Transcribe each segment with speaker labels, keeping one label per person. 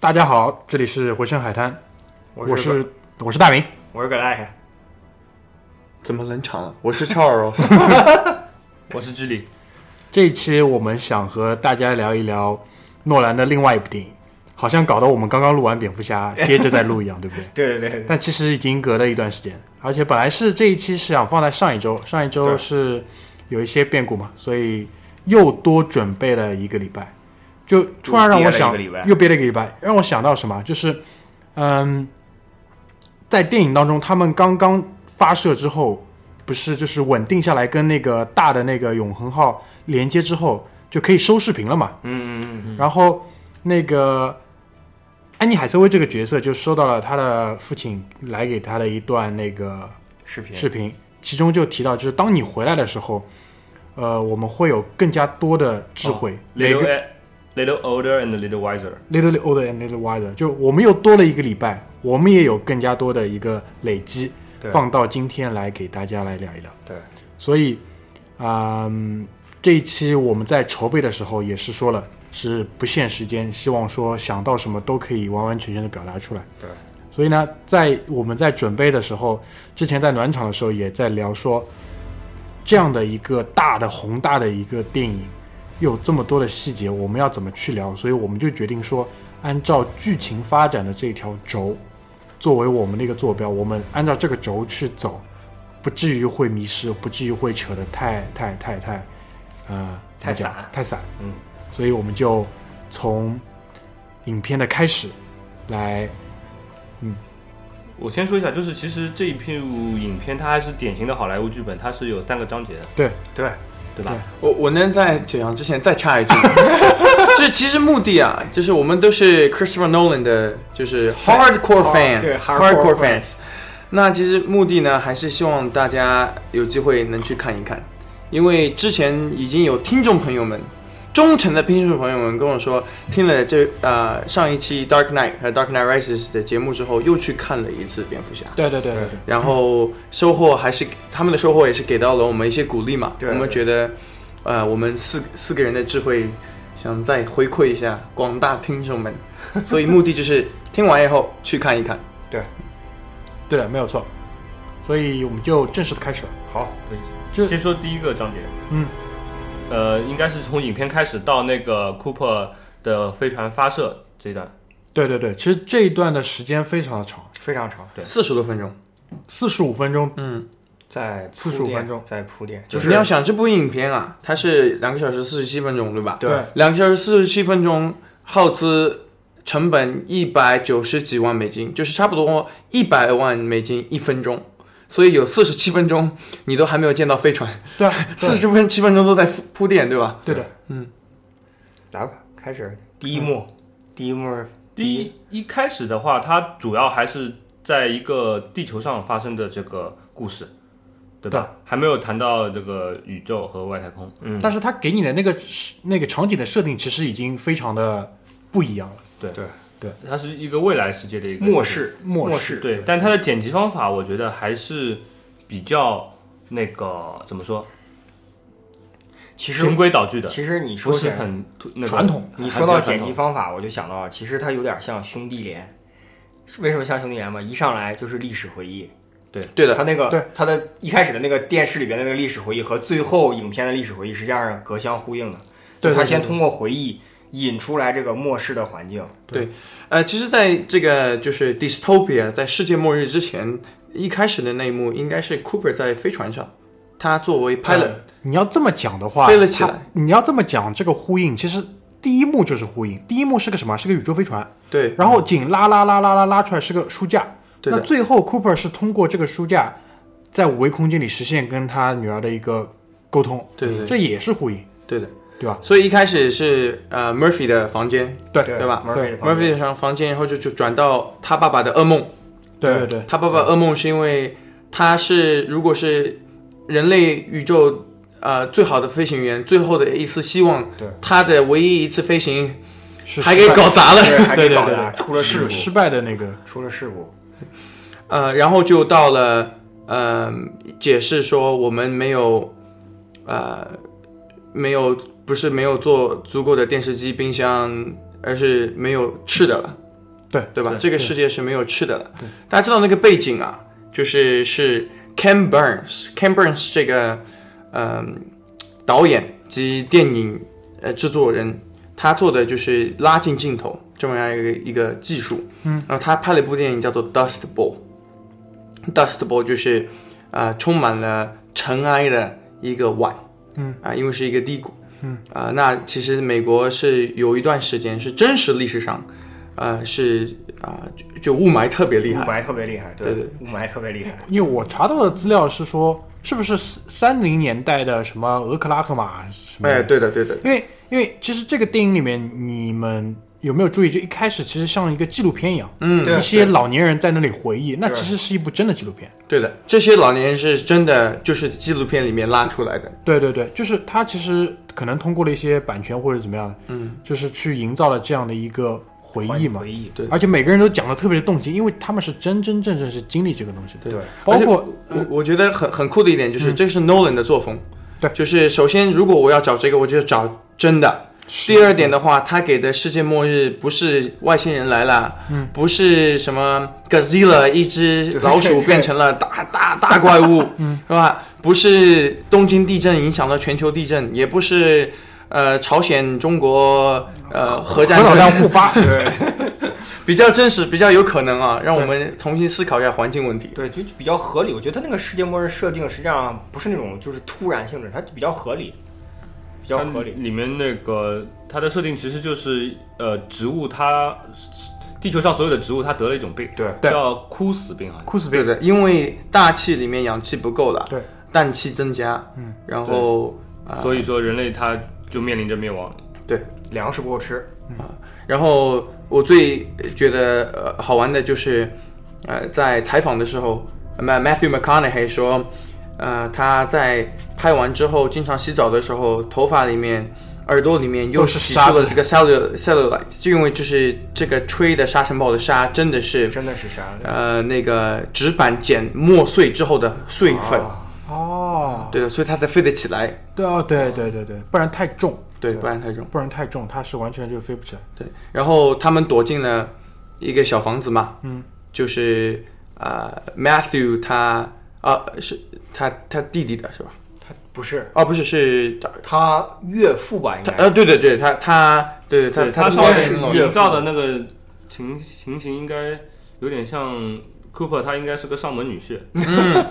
Speaker 1: 大家好，这里是回声海滩，我
Speaker 2: 我是
Speaker 1: 是我是大明。
Speaker 2: 我是葛大爷，
Speaker 3: 怎么冷场了？我是超 尔哦，
Speaker 2: 我是居里，
Speaker 1: 这一期我们想和大家聊一聊诺兰的另外一部电影，好像搞得我们刚刚录完蝙蝠 侠，接着再录一样，对不对？
Speaker 2: 对对对，
Speaker 1: 但其实已经隔了一段时间，而且本来是这一期是想放在上一周，上一周
Speaker 3: 对
Speaker 1: 是有一些变故嘛，所以又多准备了一个礼拜，就突然让我想
Speaker 2: 又憋了一个礼拜
Speaker 1: 又憋了一个礼拜，让我想到什么，就是嗯，在电影当中他们刚刚发射之后，不是就是稳定下来跟那个大的那个永恒号连接之后就可以收视频了嘛，
Speaker 2: 嗯嗯
Speaker 1: 然后那个安妮海瑟薇这个角色就收到了她的父亲来给她的一段那个
Speaker 2: 嗯，视频
Speaker 1: 视频，其中就提到，就是当你回来的时候，呃，我们会有更加多的智慧，
Speaker 2: 哦
Speaker 1: 每
Speaker 4: little
Speaker 1: 个
Speaker 4: a- little older and a little wiser。
Speaker 1: little older and little wiser，就我们又多了一个礼拜，我们也有更加多的一个累积，
Speaker 2: 对
Speaker 1: 放到今天来给大家来聊一聊。
Speaker 2: 对，
Speaker 1: 所以，嗯，这一期我们在筹备的时候也是说了，是不限时间，希望说想到什么都可以完完全全的表达出来。
Speaker 2: 对，
Speaker 1: 所以呢，在我们在准备的时候，之前在暖场的时候也在聊说，这样的一个大的宏大的一个电影，又有这么多的细节，我们要怎么去聊？所以我们就决定说，按照剧情发展的这条轴，作为我们的一个坐标，我们按照这个轴去走，不至于会迷失，不至于会扯得太太太太，呃，
Speaker 2: 太
Speaker 1: 怎么讲
Speaker 2: 散
Speaker 1: 太散。
Speaker 2: 嗯，
Speaker 1: 所以我们就从影片的开始来，
Speaker 4: 我先说一下，就是其实这一部影片它还是典型的好莱坞剧本，它是有三个章节的，
Speaker 1: 对
Speaker 2: 对，
Speaker 4: 对吧？
Speaker 1: 对
Speaker 3: 我我能在解阳之前再插 一句，这其实目的啊，就是我们都是 Christopher Nolan 的，就是 hardcore fans，
Speaker 2: 对 hardcore
Speaker 3: ，hardcore fans。那其实目的呢，还是希望大家有机会能去看一看，因为之前已经有听众朋友们，忠诚的听众朋友们跟我说，听了这呃上一期 Dark Knight 和 Dark Knight Rises 的节目之后，又去看了一次蝙蝠侠。
Speaker 1: 对对对对对
Speaker 3: 然后收获还是他们的收获也是给到了我们一些鼓励嘛。
Speaker 2: 对
Speaker 3: 我们觉得，呃，我们四四个人的智慧想再回馈一下广大听众们，所以目的就是听完以后去看一看。
Speaker 1: 对的，没有错。所以我们就正式的开始了。
Speaker 2: 好，
Speaker 4: 对，
Speaker 1: 就
Speaker 4: 先说第一个章节，
Speaker 1: 嗯，
Speaker 4: 呃，应该是从影片开始到那个 Cooper 的飞船发射这一段，
Speaker 1: 对对对，其实这一段的时间非常的长，
Speaker 2: 非常长，
Speaker 3: 四十多分钟，
Speaker 1: 四十五分钟。
Speaker 3: 嗯，
Speaker 2: 在铺
Speaker 1: 45
Speaker 2: 垫
Speaker 1: 分钟
Speaker 2: 在铺垫，
Speaker 3: 就是你要想这部影片啊，它是两个小时四十七分钟，对吧？
Speaker 2: 对
Speaker 3: 两个小时四十七分钟，耗资成本一百九十几万美金，就是差不多一百万美金一分钟。所以有四十七分钟，你都还没有见到飞船，
Speaker 1: 对啊， 对
Speaker 3: 四十分七分钟都在铺铺垫，对吧？
Speaker 1: 对的，
Speaker 2: 来吧，开始第一幕，第一幕是
Speaker 4: 第一一开始的话，它主要还是在一个地球上发生的这个故事，对吧？还没有谈到这个宇宙和外太空。
Speaker 1: 但是他给你的那个是那个场景的设定，其实已经非常的不一样了。
Speaker 4: 它是一个未来世界的一个
Speaker 2: 末
Speaker 4: 世界
Speaker 2: 世，
Speaker 1: 末世
Speaker 2: 世，
Speaker 4: 对，但它的剪辑方法，我觉得还是比较那个怎么说，
Speaker 2: 其实
Speaker 4: 循规蹈矩的，
Speaker 2: 其实你
Speaker 4: 不
Speaker 2: 说起
Speaker 4: 是
Speaker 2: 来
Speaker 4: 很突那个
Speaker 1: 传统
Speaker 2: 你说到
Speaker 4: 还
Speaker 2: 剪辑
Speaker 4: 比较传统
Speaker 2: 方法，我就想到了，其实它有点像兄弟连。是为什么像兄弟连嘛？一上来就是历史回忆，
Speaker 3: 对
Speaker 2: 它
Speaker 3: 的，
Speaker 2: 那个
Speaker 1: 对
Speaker 2: 它的一开始的那个电视里边的那个历史回忆和最后影片的历史回忆实际上是隔相呼应的。
Speaker 1: 对对
Speaker 2: 他
Speaker 1: 对
Speaker 2: 先
Speaker 1: 对
Speaker 2: 通过回忆引出来这个末世的环境。
Speaker 3: 呃，其实，在这个就是 dystopia，在世界末日之前，一开始的那一幕应该是 Cooper 在飞船上，他作
Speaker 1: 啊
Speaker 3: 为 pilot，、
Speaker 1: 你要这么讲的话，
Speaker 3: 飞了起来
Speaker 1: 它你要这么讲这个呼应，其实第一幕就是呼应。第一幕是个什么？是个宇宙飞船，
Speaker 3: 对，
Speaker 1: 然后紧拉拉拉拉拉拉出来是个书架。
Speaker 3: 对
Speaker 1: 那
Speaker 3: 的
Speaker 1: 最后 Cooper 是通过这个书架，在五维空间里实现跟他女儿的一个沟通。
Speaker 3: 对对对
Speaker 1: 这也是呼应，
Speaker 3: 对的，
Speaker 1: 对吧？
Speaker 3: 所以一开始是呃 Murphy 的房间
Speaker 1: 对
Speaker 3: 对吧
Speaker 2: ？Murphy 的房间
Speaker 3: ，Murphy 的房房间，然后就就转到他爸爸的噩梦，
Speaker 1: 对对对，
Speaker 3: 他爸爸噩梦是因为他是如果是人类宇宙呃最好的飞行员，最后的一丝希望，
Speaker 2: 对
Speaker 3: 他的唯一一次飞行
Speaker 1: 是
Speaker 3: 还
Speaker 1: 失
Speaker 3: 给
Speaker 1: 败
Speaker 3: 搞砸了，
Speaker 2: 对还
Speaker 1: 对
Speaker 2: 给
Speaker 1: 对
Speaker 2: 搞
Speaker 1: 对
Speaker 2: 砸，
Speaker 1: 对，
Speaker 2: 出了事
Speaker 1: 是
Speaker 2: 故，
Speaker 1: 失败的那个，
Speaker 2: 出了事故。
Speaker 3: 呃，然后就到了，呃，解释说我们没有，呃，没有，不是没有做足够的电视机、冰箱，而是没有吃的了，
Speaker 1: 对
Speaker 3: 对吧？
Speaker 4: 对
Speaker 3: 这个世界是没有吃的了。大家知道那个背景啊，就是是 Ken Burns，Ken Burns 这个嗯、导演及电影呃制作人，他做的就是拉近镜头这么样一个一个技术。嗯，然后他拍了一部电影叫做《Dust Bowl》，Dust Bowl 就是啊、呃充满了尘埃的一个碗。嗯啊、因为是一个低谷。嗯啊、那其实美国是有一段时间是真实历史上，呃，是啊、就就雾霾特别厉害
Speaker 2: 雾。霾特别厉害，
Speaker 3: 对对，
Speaker 2: 雾霾特别厉害，
Speaker 1: 因为我查到的资料是说，是不是三零年代的什么俄克拉荷马什么？
Speaker 3: 哎，对的，对的，
Speaker 1: 因为因为其实这个电影里面，你们有没有注意？就一开始其实像一个纪录片一样，
Speaker 3: 嗯，
Speaker 2: 对
Speaker 1: 一些老年人在那里回忆，那
Speaker 2: 对
Speaker 1: 其实是一部真的纪录片。
Speaker 3: 对的，这些老年人是真的就是纪录片里面拉出来的，
Speaker 1: 对对对，就是它其实可能通过了一些版权或者怎么样的，嗯，就是去营造了这样的一个回忆嘛
Speaker 2: 回。忆，
Speaker 3: 对
Speaker 1: 而且每个人都讲的特别的动情，因为他们是真真正正是经历这个东西的，
Speaker 2: 对，
Speaker 1: 包括
Speaker 3: 而且我我觉得很很酷的一点就是，这是 Nolan 的作风。
Speaker 1: 对
Speaker 3: 就是首先，如果我要找这个，我就找真的。第二点的话，他给的世界末日不是外星人来了，嗯，不是什么 Godzilla 一只老鼠变成了大大大怪物，嗯，是吧？不是东京地震影响了全球地震，也不是呃朝鲜中国呃核战
Speaker 1: 核导
Speaker 3: 争
Speaker 1: 弹互发，
Speaker 3: 比较真实，比较有可能啊，让我们重新思考一下环境问题。
Speaker 2: 对，就就比较合理。我觉得他那个世界末日设定实际上不是那种就是突然性质，它比较合理，比较合理。
Speaker 4: 里面那个它的设定其实就是呃，植物它地球上所有的植物它得了一种病，
Speaker 2: 对
Speaker 1: 对
Speaker 4: 叫枯死病好像。
Speaker 1: 库斯贝
Speaker 3: 对的，因为大气里面氧气不够了，
Speaker 1: 对，
Speaker 3: 氮气增加，嗯，然后
Speaker 4: 所以说人类它就面临着灭亡。
Speaker 3: 对，
Speaker 2: 粮食不够吃，
Speaker 3: 然后我最觉得呃好玩的就是，呃，在采访的时候，Ma-，Matthew McConaughey 说，呃，他在拍完之后，经常洗澡的时候，头发里面、耳朵里面又
Speaker 1: 都是
Speaker 3: 洗
Speaker 1: 沙
Speaker 3: 出了这个 cellul cellulite，就因为就是这个吹的沙尘暴的沙真的是
Speaker 2: 真的是啥？
Speaker 3: 呃那个纸板剪磨碎之后的碎粉，
Speaker 1: 哦，
Speaker 3: 对的，所以它才飞得起来，
Speaker 1: 对哦，对对对对，不然太重，
Speaker 3: 对，不然太重。
Speaker 1: 不然太重，它是完全就飞不起来。
Speaker 3: 对，然后他们躲进了一个小房子嘛，嗯，就是啊、呃 Matthew 他啊是他他弟弟的是吧？
Speaker 2: 不是，
Speaker 3: 哦，不是是他
Speaker 2: 他岳父吧？应
Speaker 3: 他
Speaker 2: 该
Speaker 3: 呃对对对，他他对他
Speaker 4: 对，它
Speaker 3: 的
Speaker 4: 上
Speaker 3: 外
Speaker 4: 面
Speaker 3: 甥老
Speaker 4: 营
Speaker 3: 爷
Speaker 4: 造的那个情情形应该有点像 Cooper，他应该是个上门女婿。嗯，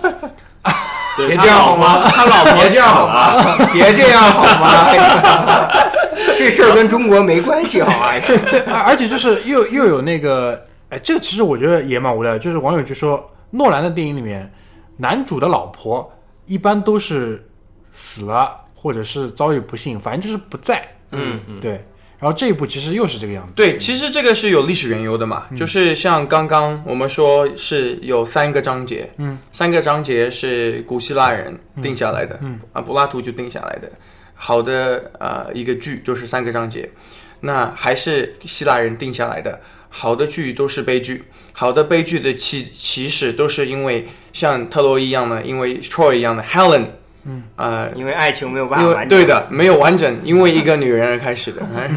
Speaker 4: 对，
Speaker 2: 别
Speaker 4: 他
Speaker 2: 这样好
Speaker 4: 老
Speaker 2: 吗？他老 别这样好吗？别这样好 吗？这事儿跟中国没关系好吗？
Speaker 1: 对，而而且就是又又有那个，哎，这个其实我觉得也蛮无聊的。就是网友就说，诺兰的电影里面，男主的老婆一般都是死了，或者是遭遇不幸，反正就是不在。
Speaker 4: 嗯嗯，
Speaker 1: 对，然后这一部其实又是这个样子。
Speaker 3: 对，其实这个是有历史缘由的嘛，就是像刚刚我们说是有三个章节，嗯，三个章节是古希腊人定下来的，嗯，啊，柏拉图就定下来的，好的，呃，一个剧就是三个章节，那还是希腊人定下来的，好的剧都是悲剧，好的悲剧的起起始都是因为像特洛伊一样的，因为 Troy 一样的 Helen，嗯，呃，
Speaker 2: 因为爱情没有办
Speaker 3: 因
Speaker 2: 法
Speaker 3: 为
Speaker 2: 完整
Speaker 3: 对。的没有完整，因为一个女人而开始的，哎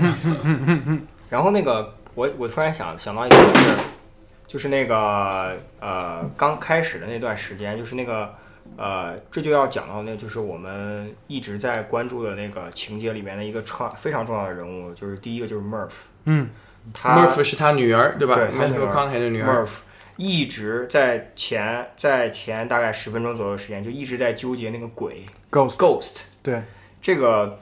Speaker 2: 然后那个，我我突然想想到一个就是，就是那个呃，刚开始的那段时间，就是那个呃，这就要讲到那，就是我们一直在关注的那个情节里面的一个创非常重要的人物，就是第一个就是 Murph，
Speaker 1: 嗯，
Speaker 2: 他
Speaker 3: Murph 是他女儿，对吧
Speaker 2: 对他女
Speaker 3: ？Matthew
Speaker 2: 儿
Speaker 3: McConaughey 的女儿。
Speaker 2: Murph 一直在前在前大概十分钟左右的时间，就一直在纠结那个鬼
Speaker 1: Ghost，
Speaker 2: Ghost
Speaker 1: 对，
Speaker 2: 这个。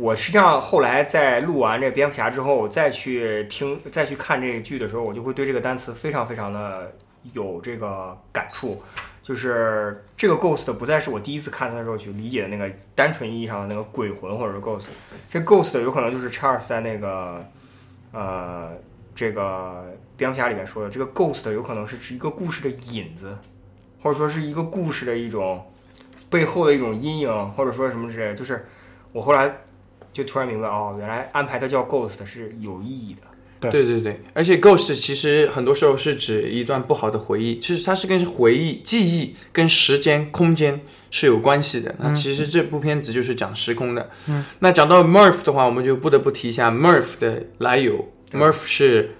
Speaker 2: 我实际上后来在录完这蝙蝠侠之后，再去听、再去看这个剧的时候，我就会对这个单词非常非常的有这个感触，就是这个 ghost 不再是我第一次看它的时候去理解的那个单纯意义上的那个鬼魂或者是 ghost，这 ghost 有可能就是 Charles 在那个呃这个蝙蝠侠里面说的，这个 ghost 有可能是指一个故事的引子，或者说是一个故事的一种背后的一种阴影，或者说什么之类的。就是我后来就突然明白，哦，原来安排它叫 ghost 是有意义的。
Speaker 1: 对
Speaker 3: 对对对，而且 ghost 其实很多时候是指一段不好的回忆，其实它是跟回忆、记忆跟时间、空间是有关系的。
Speaker 2: 嗯
Speaker 3: 那其实这部片子就是讲时空的。嗯，那讲到 Murph 的话，我们就不得不提一下 Murph 的来由。Murph 是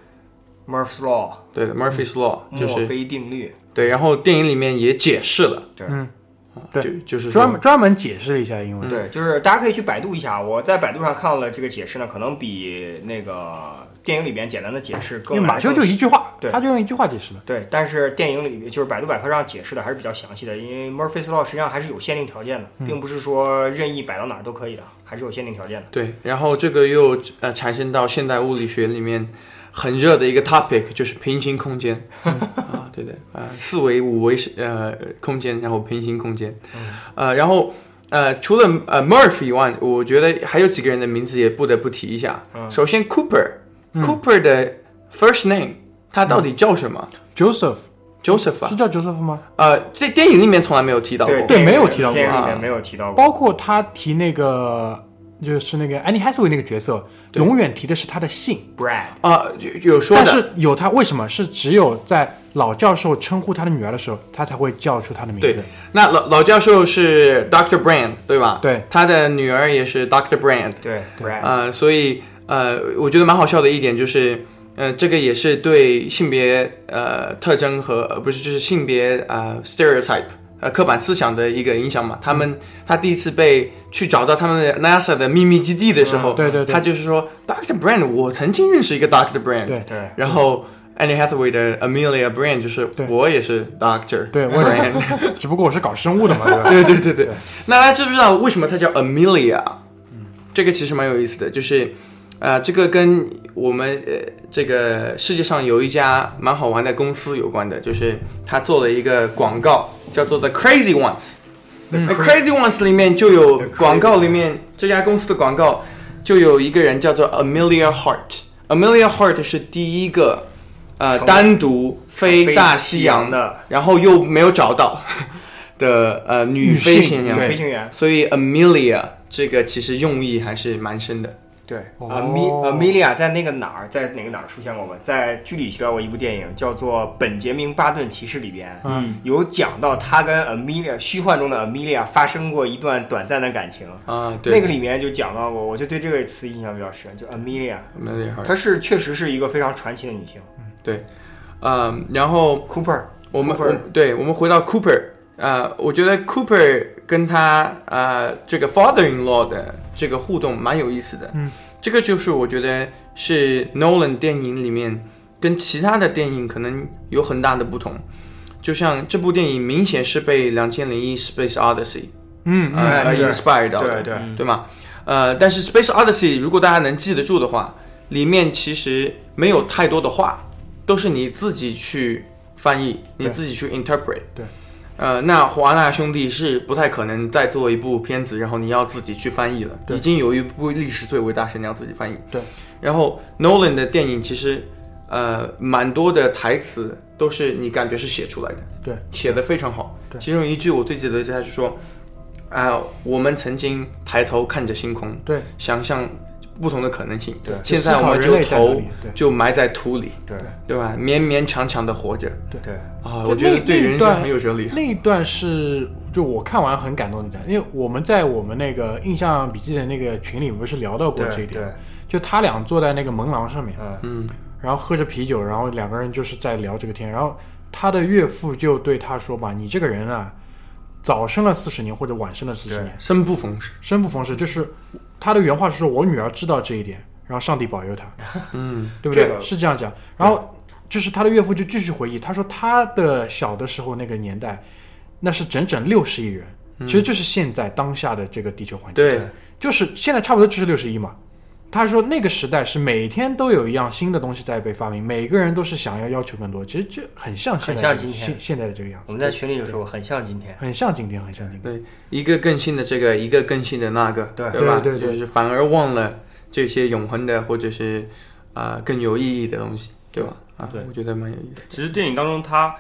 Speaker 2: Murphy's Law
Speaker 3: 对的，Murphy's Law 就
Speaker 2: 墨
Speaker 3: 是
Speaker 2: 菲定律，
Speaker 3: 对，然后电影里面也解释了，
Speaker 2: 嗯
Speaker 3: 啊
Speaker 2: 对
Speaker 1: 对
Speaker 3: 就就是
Speaker 1: 专
Speaker 3: 说
Speaker 1: 门专门解释了一下英文。
Speaker 2: 对，就是大家可以去百度一下，我在百度上看了这个解释呢，可能比那个电影里边简单的解释
Speaker 1: 因
Speaker 2: 更
Speaker 1: 为马修就一句话，
Speaker 2: 对
Speaker 1: 他就用一句话解释了。
Speaker 2: 对，但是电影里就是百度百科上解释的还是比较详细的，因为 Murphy's Law 实际上还是有限定条件
Speaker 1: 嗯
Speaker 2: 的，并不是说任意摆到哪儿都可以的，还是有限定条件的。
Speaker 3: 对，然后这个又呃产生到现代物理学里面很热的一个 topic，就是平行空间啊，对的，呃，四维、五维是呃空间，然后平行空间，呃，然后呃除了呃 Murphy 以外，我觉得还有几个人的名字也不得不提一下。首先 Cooper，Cooper 的 first name 他到底叫什
Speaker 1: 嗯
Speaker 3: 么
Speaker 1: Joseph
Speaker 3: ？Joseph 啊
Speaker 1: 是叫 Joseph 吗？
Speaker 3: 呃，在电影里面从来没有提到过。
Speaker 2: 对
Speaker 1: 对没有提到过
Speaker 2: 电影里
Speaker 3: 啊
Speaker 2: 面没有提到过。
Speaker 1: 包括他提那个就是那个 Annie Hathaway 那个角色，永远提的是他的姓，
Speaker 2: Brad，
Speaker 3: 啊、有有说的，
Speaker 1: 但是有他为什么是只有在老教授称呼他的女儿的时候，他才会叫出他的名
Speaker 3: 对
Speaker 1: 字？，
Speaker 3: 那老老教授是 Doctor Brand 对吧？
Speaker 1: 对，
Speaker 3: 他的女儿也是 Doctor Brand，
Speaker 2: 对
Speaker 1: 啊
Speaker 2: Brad，
Speaker 3: 呃，所以呃，我觉得蛮好笑的一点就是，呃，这个也是对性别呃特征和呃不是就是性别呃 stereotype 呃刻板思想的一个影响
Speaker 1: 嗯
Speaker 3: 嘛。他们他第一次被去找到他们的 NASA 的秘密基地的时候，
Speaker 1: 嗯对对对
Speaker 3: 他就是说 Doctor Brand，我曾经认识一个 Doctor Brand，
Speaker 1: 对
Speaker 2: 对
Speaker 3: 然后 Annie Hathaway 的 Amelia Brand 就是
Speaker 1: 对
Speaker 3: 我也是 Doctor，
Speaker 1: 对我也是
Speaker 3: Brand。
Speaker 1: 只不过我是搞生物的嘛，对吧？
Speaker 3: 对对对对。那大家知不知道为什么它叫 Amelia？这个其实蛮有意思的，就是，呃，这个跟我们呃这个世界上有一家蛮好玩的公司有关的，就是它做了一个广告，叫做 The Crazy Ones。The Crazy Ones 里面就有
Speaker 2: 嗯 The Crazy
Speaker 3: 广告里面这家公司的广告就有一个人叫做 Amelia Hart。Amelia Hart 是第一个呃
Speaker 2: 成为
Speaker 3: 单独飞
Speaker 2: 啊飞
Speaker 3: 大
Speaker 2: 西
Speaker 3: 西洋
Speaker 2: 洋的，
Speaker 3: 然后又没有找到的呃女
Speaker 1: 女性
Speaker 3: 飞行员
Speaker 1: 对
Speaker 2: 飞行员，
Speaker 3: 所以 Amelia 这个其实用意还是蛮深的。
Speaker 2: 对
Speaker 1: 哦
Speaker 2: ，Ami Amelia 在那个哪儿，在哪个哪儿出现过吗？在剧里提到过一部电影，叫做《本杰明·巴顿骑士》里边，
Speaker 1: 嗯，
Speaker 2: 有讲到他跟 Amelia 虚幻中的 Amelia 发生过一段短暂的感情。
Speaker 3: 啊，对，
Speaker 2: 那个里面就讲到过，我就对这个词印象比较深，就 Amelia，
Speaker 3: Amelia Hart，
Speaker 2: 她是确实是一个非常传奇的女性。
Speaker 3: 对，嗯，然后
Speaker 2: Cooper，
Speaker 3: 我们
Speaker 2: Cooper
Speaker 3: 我对，我们回到 Cooper，呃，我觉得 Cooper 跟他呃这个 father-in-law 的这个互动蛮有意思的。嗯，这个就是我觉得是 Nolan 电影里面跟其他的电影可能有很大的不同。就像这部电影明显是被《两千零一 Space Odyssey
Speaker 1: 嗯，》
Speaker 3: 呃
Speaker 2: 嗯
Speaker 3: 呃
Speaker 2: 对
Speaker 3: inspired 到的，
Speaker 2: 对对，
Speaker 3: 对吗？呃，但是《Space Odyssey》如果大家能记得住的话，里面其实没有太多的话，都是你自己去翻译，你自己去 interpret。
Speaker 1: 对。
Speaker 3: 呃，那华纳兄弟是不太可能再做一部片子，然后你要自己去翻译了。已经有一部历史最伟大是你要自己翻译。
Speaker 1: 对。
Speaker 3: 然后 Nolan 的电影其实，呃，蛮多的台词都是你感觉是写出来的。
Speaker 1: 嗯对，
Speaker 3: 写的非常好。其中一句我最记得，他就说：“啊、我们曾经抬头看着星空，
Speaker 1: 对，
Speaker 3: 想象不同的可能性。
Speaker 2: 对
Speaker 3: 现在我们
Speaker 1: 就思考人类在哪
Speaker 3: 就头
Speaker 1: 里对
Speaker 3: 就埋在土里，
Speaker 2: 对
Speaker 3: 对吧？勉勉强强的活着。
Speaker 2: 对对，
Speaker 3: 啊，
Speaker 1: 对
Speaker 3: 我觉得
Speaker 1: 那
Speaker 3: 对
Speaker 1: 那
Speaker 3: 人生
Speaker 1: 段
Speaker 3: 很有哲理。啊
Speaker 1: 那一段是就我看完很感动的一段，因为我们在我们那个印象笔记的那个群里不是聊到过这一
Speaker 2: 对
Speaker 1: 点
Speaker 2: 对，，
Speaker 1: 就他俩坐在那个门廊上面，
Speaker 2: 嗯
Speaker 1: 然后喝着啤酒，然后两个人就是在聊这个天。然后他的岳父就对他说吧：“你这个人啊，早生了四十年或者晚生了四十年，
Speaker 3: 生不逢时，
Speaker 1: 生不逢时。”就是他的原话是说：“我女儿知道这一点，然后上帝保佑她。”嗯，对不对？
Speaker 2: 这个
Speaker 1: 是这样讲。然后就是他的岳父就继续回忆，他说他的小的时候那个年代，那是整整六十亿人，
Speaker 2: 嗯
Speaker 1: 其实就是现在当下的这个地球环境。
Speaker 3: 对
Speaker 1: 就是现在差不多就是六十亿嘛。他说那个时代是每天都有一样新的东西在被发明，每个人都是想要要求更多，其实这很像现在
Speaker 2: 很像今天
Speaker 1: 现现在的这个样
Speaker 2: 我
Speaker 1: 子，
Speaker 2: 们在群里就说很像今天。
Speaker 1: 很像今天，很像今天。
Speaker 3: 对，一个更新的这个，一个更新的那个，
Speaker 2: 对
Speaker 3: 吧？
Speaker 1: 对对对
Speaker 3: 就是反而忘了这些永恒的或者是啊、更有意义的东西，对吧？啊
Speaker 4: 对，
Speaker 3: 我觉得蛮有意思。
Speaker 4: 其实电影当中他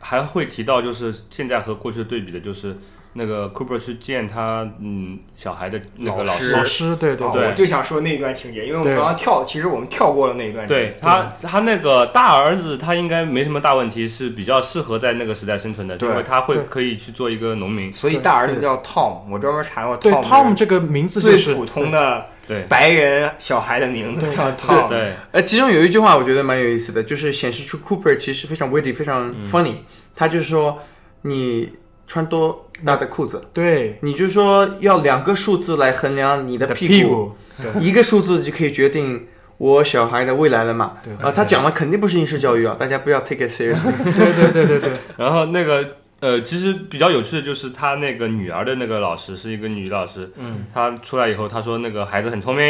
Speaker 4: 还会提到，就是现在和过去的对比的，就是那个 Cooper 去见他嗯小孩的那个
Speaker 2: 老
Speaker 4: 老
Speaker 2: 师
Speaker 4: 师，
Speaker 1: 老师，对对
Speaker 2: 哦
Speaker 4: 对
Speaker 2: 我就想说那一段情节，因为我们刚刚跳，其实我们跳过了那一段情节。
Speaker 4: 对他，他那个大儿子，他应该没什么大问题，是比较适合在那个时代生存的，
Speaker 2: 对
Speaker 4: 因为他会
Speaker 1: 对
Speaker 4: 可以去做一个农民。
Speaker 2: 所以大儿子叫 Tom，我专门查过
Speaker 1: 对
Speaker 2: Tom
Speaker 1: Tom
Speaker 2: 这
Speaker 1: 这个名字
Speaker 2: 个
Speaker 1: 就
Speaker 2: 最
Speaker 1: 是
Speaker 2: 普通的
Speaker 4: 对
Speaker 2: 白人小孩的名 字叫 Tom，
Speaker 4: 对，
Speaker 3: 呃，其中有一句话我觉得蛮有意思的，就是显示出 Cooper 其实非常 witty，非常
Speaker 1: 嗯
Speaker 3: funny、他就是说，你穿多大的裤子，
Speaker 1: 对
Speaker 3: 你就说要两个数字来衡量你的
Speaker 1: 的
Speaker 3: 屁
Speaker 1: 屁股，
Speaker 3: 一个数字就可以决定我小孩的未来了嘛。
Speaker 1: 对
Speaker 3: 啊、他讲的肯定不是应试教育啊，大家不要 take it seriously。
Speaker 1: 对对对对对，
Speaker 4: 然后那个呃，其实比较有趣的就是他那个女儿的那个老师是一个女老师，嗯，她出来以后她说那个孩子很聪明，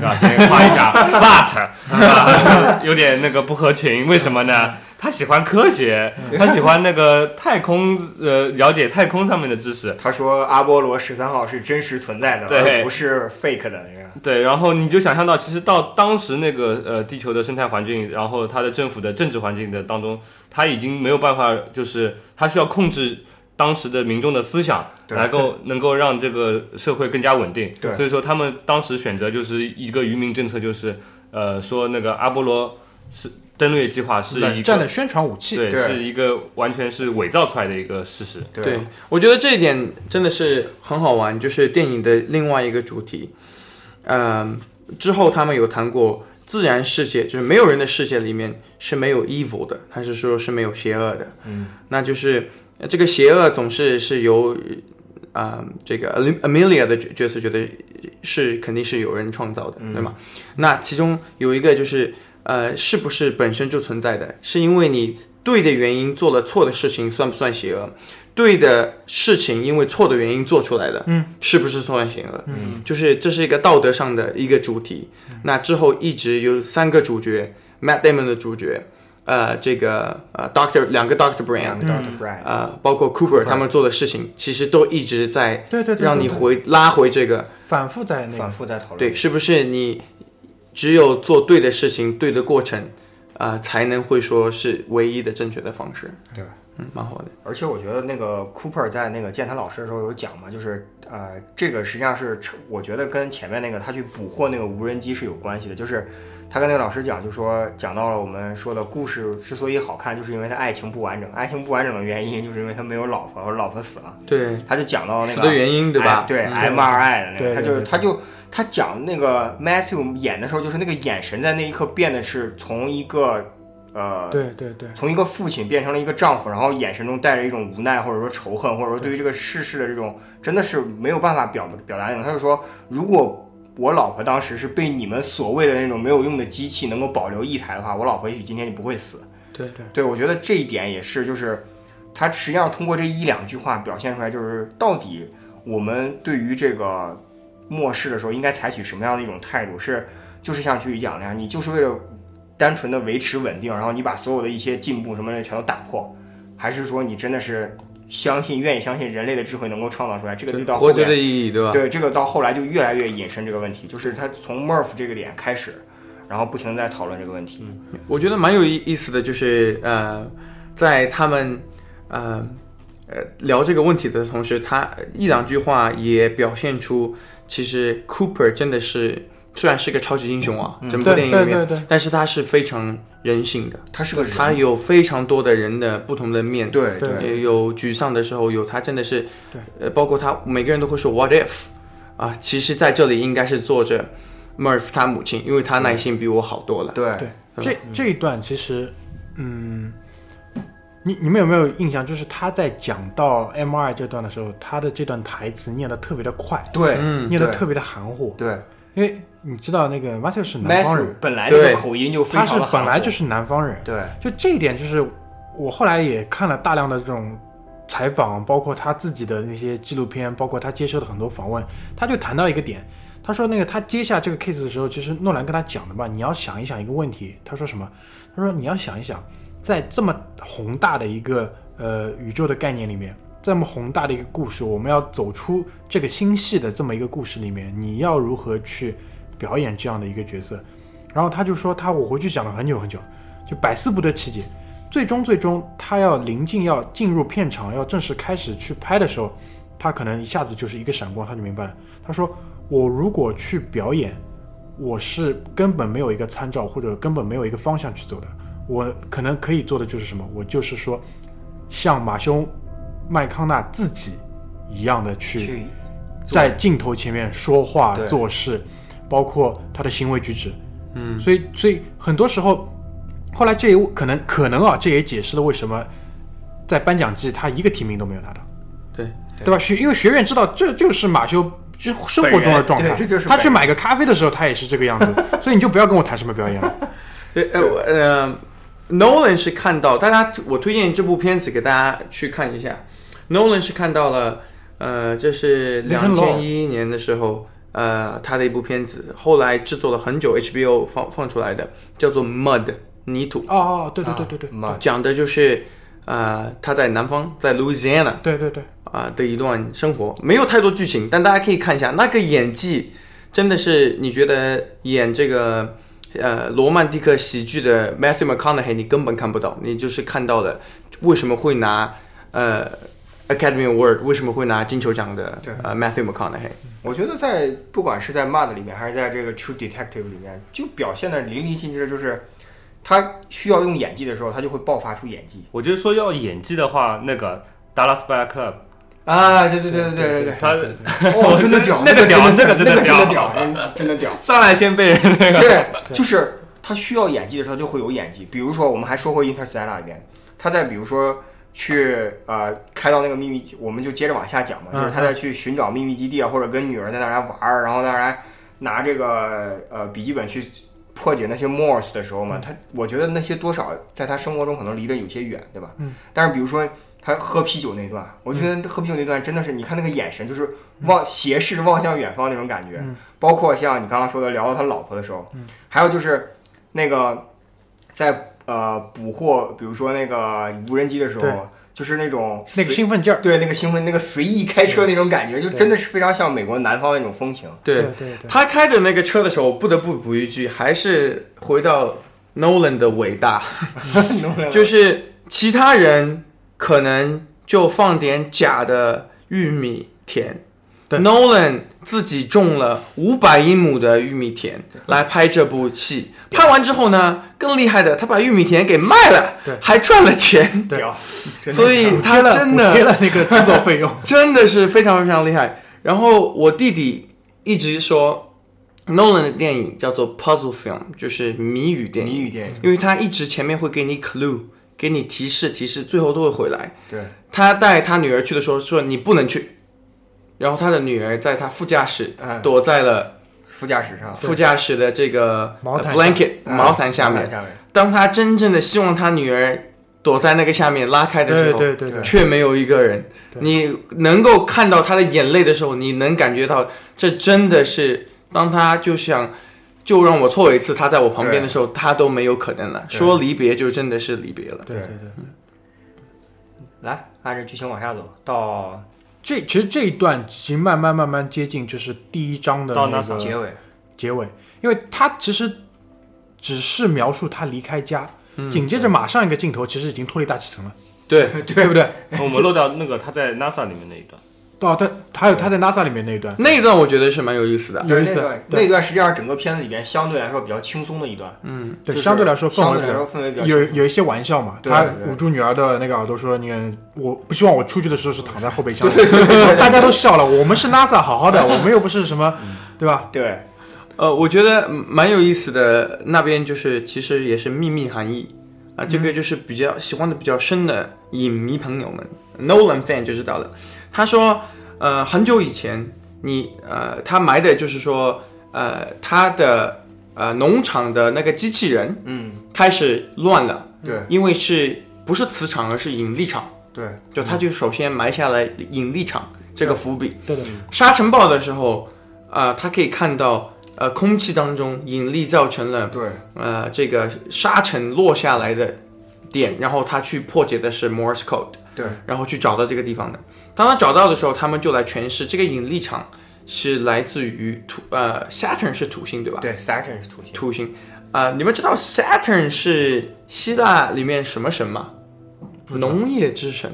Speaker 4: 对吧？先夸一下，but 对吧 有点那个不合群，为什么呢？他喜欢科学，他喜欢那个太空，呃，了解太空上面的知识。
Speaker 2: 他说阿波罗十三号是真实存在的，
Speaker 4: 对
Speaker 2: 而不是 fake 的那个。
Speaker 4: 对，然后你就想象到，其实到当时那个呃地球的生态环境，然后它的政府的政治环境的当中，它已经没有办法，就是它需要控制当时的民众的思想，
Speaker 2: 对
Speaker 4: 能够能够让这个社会更加稳定。
Speaker 2: 对
Speaker 4: 所以说他们当时选择就是一个愚民政策，就是呃说那个阿波罗是登月计划是一
Speaker 1: 冷战
Speaker 4: 个
Speaker 1: 的宣传武器，
Speaker 4: 对
Speaker 2: 对
Speaker 4: 是一个完全是伪造出来的一个事实。
Speaker 2: 对啊
Speaker 3: 对，我觉得这一点真的是很好玩，就是电影的另外一个主题。嗯、之后他们有谈过自然世界，就是没有人的世界里面是没有 evil 的，还是说是没有邪恶的？嗯，那就是呃这个邪恶总是是由啊、呃这个 Am- Amelia 的角角色觉得是肯定是有人创造的，对吗？那其中有一个就是呃，是不是本身就存在的？是因为你对的原因做了错的事情，算不算邪恶？对的事情因为错的原因做出来的，嗯，是不是算邪恶？嗯，就是这是一个道德上的一个主题。
Speaker 1: 嗯
Speaker 3: 那之后一直有三个主角，Matt Damon 的主角，呃，这个呃 Doctor 两个 Doctor Brand，、
Speaker 2: Dr. Brian，
Speaker 3: 呃，包括 Cooper 他们做的事情，其实都一直在
Speaker 1: 对对对，
Speaker 3: 让
Speaker 1: 对
Speaker 3: 你
Speaker 1: 对
Speaker 3: 回拉回这个，
Speaker 1: 反复在那
Speaker 2: 反
Speaker 1: 个，
Speaker 2: 复在讨论。
Speaker 3: 对，是不是你只有做对的事情，对的过程，啊、才能会说是唯一的正确的方式。
Speaker 2: 对，
Speaker 3: 嗯，蛮好的。
Speaker 2: 而且我觉得那个 Cooper 在那个见他老师的时候有讲嘛，就是呃，这个实际上是我觉得跟前面那个他去捕获那个无人机是有关系的，就是他跟那个老师讲，就说讲到了我们说的故事之所以好看，就是因为他爱情不完整，爱情不完整的原因就是因为他没有老婆，或者老婆死了，
Speaker 3: 对，
Speaker 2: 他就讲到那
Speaker 3: 死
Speaker 2: 个
Speaker 3: 的原因对吧
Speaker 2: 哎？对
Speaker 3: 嗯
Speaker 2: MRI 的那
Speaker 1: 对
Speaker 2: 个，他
Speaker 1: 对
Speaker 2: 就
Speaker 1: 对
Speaker 2: 他就他讲那个 Matthew 演的时候，就是那个眼神在那一刻变得是从一个呃
Speaker 1: 对对对，
Speaker 2: 从一个父亲变成了一个丈夫，然后眼神中带着一种无奈，或者说仇恨，或者说对于这个世事的这种真的是没有办法表表达那种。他就说，如果我老婆当时是被你们所谓的那种没有用的机器能够保留一台的话，我老婆也许今天就不会死。
Speaker 3: 对
Speaker 1: 对
Speaker 2: 对，我觉得这一点也是，就是他实际上通过这一两句话表现出来，就是到底我们对于这个末世的时候应该采取什么样的一种态度？是就是像剧里讲的那样，你就是为了单纯的维持稳定，然后你把所有的一些进步什么的全都打破，还是说你真的是相信、愿意相信人类的智慧能够创造出来？这个就到后
Speaker 3: 活着
Speaker 2: 面
Speaker 3: 的意义对吧？
Speaker 2: 对，这个到后来就越来越引申这个问题，就是他从 Murph 这个点开始，然后不停地在讨论这个问题。
Speaker 3: 我觉得蛮有意意思的，就是呃，在他们呃呃聊这个问题的同时，他一两句话也表现出，其实 Cooper 真的是虽然是个超级英雄啊，
Speaker 2: 嗯
Speaker 3: 整部
Speaker 1: 对
Speaker 3: 电影里
Speaker 1: 对
Speaker 3: 面，
Speaker 1: 对对
Speaker 3: 但是他是非常人性的，
Speaker 2: 他是个人，
Speaker 3: 他有非常多的人的不同的面，
Speaker 2: 对
Speaker 1: 对
Speaker 3: 也有沮丧的时候，有他真的是
Speaker 1: 对，
Speaker 3: 呃，包括他每个人都会说 “what if” 啊，其实在这里应该是坐着 Murph 他母亲，因为他耐心比我好多了。
Speaker 2: 对
Speaker 1: 对这
Speaker 2: 嗯
Speaker 1: 这一段其实，嗯，你你们有没有印象？就是他在讲到 MR 这段的时候，他的这段台词念得特别的快，
Speaker 2: 对，嗯
Speaker 1: 念得
Speaker 2: 对
Speaker 1: 特别的含糊，
Speaker 2: 对
Speaker 1: 因为你知道那个 Matthew 是南方
Speaker 2: Matthew
Speaker 1: 人，
Speaker 2: 本来这
Speaker 3: 对
Speaker 2: 个口音就非
Speaker 1: 他
Speaker 2: 常
Speaker 1: 是
Speaker 2: 的
Speaker 1: 本来就是是南方人，
Speaker 2: 对
Speaker 1: 就这一点，就是我后来也看了大量的这种采访，包括他自己的那些纪录片，包括他接受的很多访问，他就谈到一个点，他说那个他接下这个 case 的时候，其实诺兰跟他讲的嘛，你要想一想一个问题，他说什么？他说你要想一想，在这么宏大的一个呃宇宙的概念里面。这么宏大的一个故事，我们要走出这个星系的这么一个故事里面，你要如何去表演这样的一个角色？然后他就说他我回去想了很久很久，就百思不得其解。最终最终他要临近要进入片场，要正式开始去拍的时候，他可能一下子就是一个闪光，他就明白了。他说我如果去表演，我是根本没有一个参照或者根本没有一个方向去走的。我可能可以做的就是什么？我就是说，像马修麦康纳自己一样的去
Speaker 2: 去
Speaker 1: 在镜头前面说话
Speaker 2: 对
Speaker 1: 做事，包括他的行为举止。嗯，所以所以很多时候，后来这也可能可能啊，这也解释了为什么在颁奖季他一个提名都没有拿到，
Speaker 3: 对，
Speaker 1: 对吧？学因为学院知道这就是马修。这生活中
Speaker 2: 本
Speaker 1: 的
Speaker 2: 人
Speaker 1: 状态
Speaker 2: 对，这就是
Speaker 1: 他去
Speaker 2: 本人
Speaker 1: 买个咖啡的时候，他也是这个样子，所以你就不要跟我谈什么表演了。
Speaker 3: 对，呃，我呃，Nolan 是看到，大家我推荐这部片子给大家去看一下。Nolan 是看到了，呃，这是
Speaker 1: Lincoln
Speaker 3: 两
Speaker 1: Law
Speaker 3: 千一一年的时候，呃，他的一部片子，后来制作了很久，HBO 放放出来的，叫做《Mud》泥土，
Speaker 1: 哦哦，对对对对对，
Speaker 2: 啊妈，
Speaker 3: 讲的就是，呃，他在南方，在 Louisiana
Speaker 1: 对对对，
Speaker 3: 啊、的一段生活，没有太多剧情，但大家可以看一下那个演技，真的是你觉得演这个呃罗曼蒂克喜剧的 Matthew McConaughey 你根本看不到，你就是看到了为什么会拿呃 Academy Award 为什么会拿金球奖的
Speaker 2: 对
Speaker 3: 呃 Matthew McConaughey，
Speaker 2: 我觉得在不管是在 Mud 里面，还是在这个 True Detective 里面，就表现的淋漓尽致，就是他需要用演技的时候，他就会爆发出演技
Speaker 4: 我觉得说要演技的话，那个 Dallas Buy Club，
Speaker 2: 啊！对对对对对对
Speaker 4: 他
Speaker 2: 对，哦，真的屌，
Speaker 4: 那个屌
Speaker 2: 那
Speaker 4: 那个真的
Speaker 2: 真的
Speaker 4: 屌
Speaker 2: 屌，真的真的屌。
Speaker 4: 上来先被人那个，
Speaker 2: 对，就是他需要演技的时候就会有演技。比如说，我们还说回《Interstellar》里面，他在比如说去呃开到那个秘密，我们就接着往下讲嘛，
Speaker 4: 嗯
Speaker 2: 就是他在去寻找秘密基地啊，或者跟女儿在那儿玩儿，然后在那儿拿这个呃笔记本去破解那些 Morse 的时候嘛，
Speaker 1: 嗯
Speaker 2: 他我觉得那些多少在他生活中可能离得有些远，对吧？
Speaker 1: 嗯。
Speaker 2: 但是比如说。他喝啤酒那段，我觉得喝啤酒那段真的是，你看那个眼神，就是望斜视望向远方那种感觉。
Speaker 1: 嗯
Speaker 2: 包括像你刚刚说的聊到他老婆的时候，还有就是那个在呃捕获，比如说那个无人机的时
Speaker 1: 对
Speaker 2: 候，就是那种
Speaker 1: 那个
Speaker 2: 随
Speaker 1: 兴奋劲儿，
Speaker 2: 对那个兴奋、那个随意开车那种感觉，就
Speaker 1: 对
Speaker 2: 真的是非常像美国南方那种风情。
Speaker 3: 对
Speaker 1: 对对，
Speaker 3: 他开着那个车的时候，不得不补一句，还是回到 Nolan 的伟 大。
Speaker 2: 你懂我意思吗
Speaker 3: 就是其他人可能就放点假的玉米田
Speaker 1: 对
Speaker 3: ，Nolan 自己种了五百英亩的玉米田来拍这部戏。拍完之后呢，更厉害的，他把玉米田给卖了
Speaker 1: 对，
Speaker 3: 还赚了钱，
Speaker 1: 对
Speaker 2: 屌，真的
Speaker 3: 所
Speaker 2: 屌
Speaker 3: 以他真
Speaker 1: 补贴
Speaker 3: 的
Speaker 1: 了那个制作费用。
Speaker 3: 真的是非常非常厉害。然后我弟弟一直说，Nolan 的电影叫做 puzzle film，就是谜语电影。
Speaker 2: 谜语电影，
Speaker 3: 因为他一直前面会给你 clue，给你提示提示，最后都会回来。
Speaker 2: 对
Speaker 3: 他带他女儿去的时候说你不能去，然后他的女儿在他副驾驶
Speaker 2: 嗯啊
Speaker 3: 躲在了
Speaker 2: 副驾驶上
Speaker 3: 副驾驶的这个
Speaker 1: 毛
Speaker 3: 呃
Speaker 1: 毯
Speaker 3: blanket
Speaker 2: 嗯
Speaker 3: 毛毯下
Speaker 2: 毛
Speaker 3: 面。
Speaker 2: 下面，
Speaker 3: 当他真正的希望他女儿躲在那个下面拉开的时
Speaker 1: 对
Speaker 3: 候，
Speaker 1: 对对对，
Speaker 3: 却没有一个人。
Speaker 1: 对
Speaker 3: 你能够看到他的眼泪的时候，你能感觉到这真的是，当他就想就让我错一次，他在我旁边的时候，他都没有可能了。
Speaker 2: 对
Speaker 3: 说离别就真的是离别了。
Speaker 1: 对对对。
Speaker 2: 来按着剧情往下走，到
Speaker 1: 这其实这一段已经慢慢慢慢接近，就是第一章的
Speaker 4: 到
Speaker 1: 那
Speaker 4: 那
Speaker 1: 个
Speaker 2: 结尾。
Speaker 1: 结尾，因为他其实只是描述他离开家，
Speaker 2: 嗯
Speaker 1: 紧接着马上一个镜头，其实已经脱离大气层了，
Speaker 3: 对
Speaker 1: 对不对？
Speaker 4: 我们漏掉那个他在 NASA 里面那一段，
Speaker 1: 哦，他还有他在 NASA 里面那一
Speaker 2: 嗯
Speaker 1: 段，
Speaker 3: 那一段我觉得是蛮有意思的。
Speaker 1: 有
Speaker 2: 对
Speaker 1: 意
Speaker 2: 那
Speaker 1: 思
Speaker 2: 段
Speaker 1: 对
Speaker 2: 那段实际上整个片子里边相对来说比较轻松的一段，
Speaker 1: 对，
Speaker 2: 就是
Speaker 1: 相对来说氛
Speaker 2: 相
Speaker 1: 围
Speaker 2: 对
Speaker 1: 比
Speaker 2: 来
Speaker 1: 较
Speaker 2: 说氛围比较
Speaker 1: 有
Speaker 2: 轻松
Speaker 1: 有一些玩笑嘛，
Speaker 2: 对
Speaker 1: 他
Speaker 2: 对
Speaker 1: 捂住女儿的那个耳朵说：“你看，我不希望我出去的时候是躺在后备箱里。”大家都笑了，我们是 NASA 好好的，我们又不是什么，
Speaker 2: 嗯
Speaker 1: 对吧？
Speaker 2: 对
Speaker 3: 呃，我觉得蛮有意思的。那边就是其实也是秘密含义啊，这个就是比较喜欢的比较深的影迷朋友们，Nolan fan 就知道了。他说，呃，很久以前，你呃，他埋的就是说，呃，他的呃农场的那个机器人，嗯，开始乱了，
Speaker 2: 对
Speaker 3: 因为是不是磁场，而是引力场，
Speaker 2: 对，
Speaker 3: 就他就首先埋下了引力场这个伏笔。
Speaker 1: 嗯对的，
Speaker 3: 沙尘暴的时候，啊，它可以看到，呃，空气当中引力造成了，
Speaker 2: 对
Speaker 3: 呃，这个沙尘落下来的点，然后他去破解的是 Morse code，
Speaker 2: 对，
Speaker 3: 然后去找到这个地方的。当他找到的时候，他们就来诠释这个引力场是来自于土，呃，Saturn 是土星对吧？
Speaker 2: 对，Saturn 是土星，
Speaker 3: 土星，啊、你们知道 Saturn 是希腊里面什么神吗？农业之神，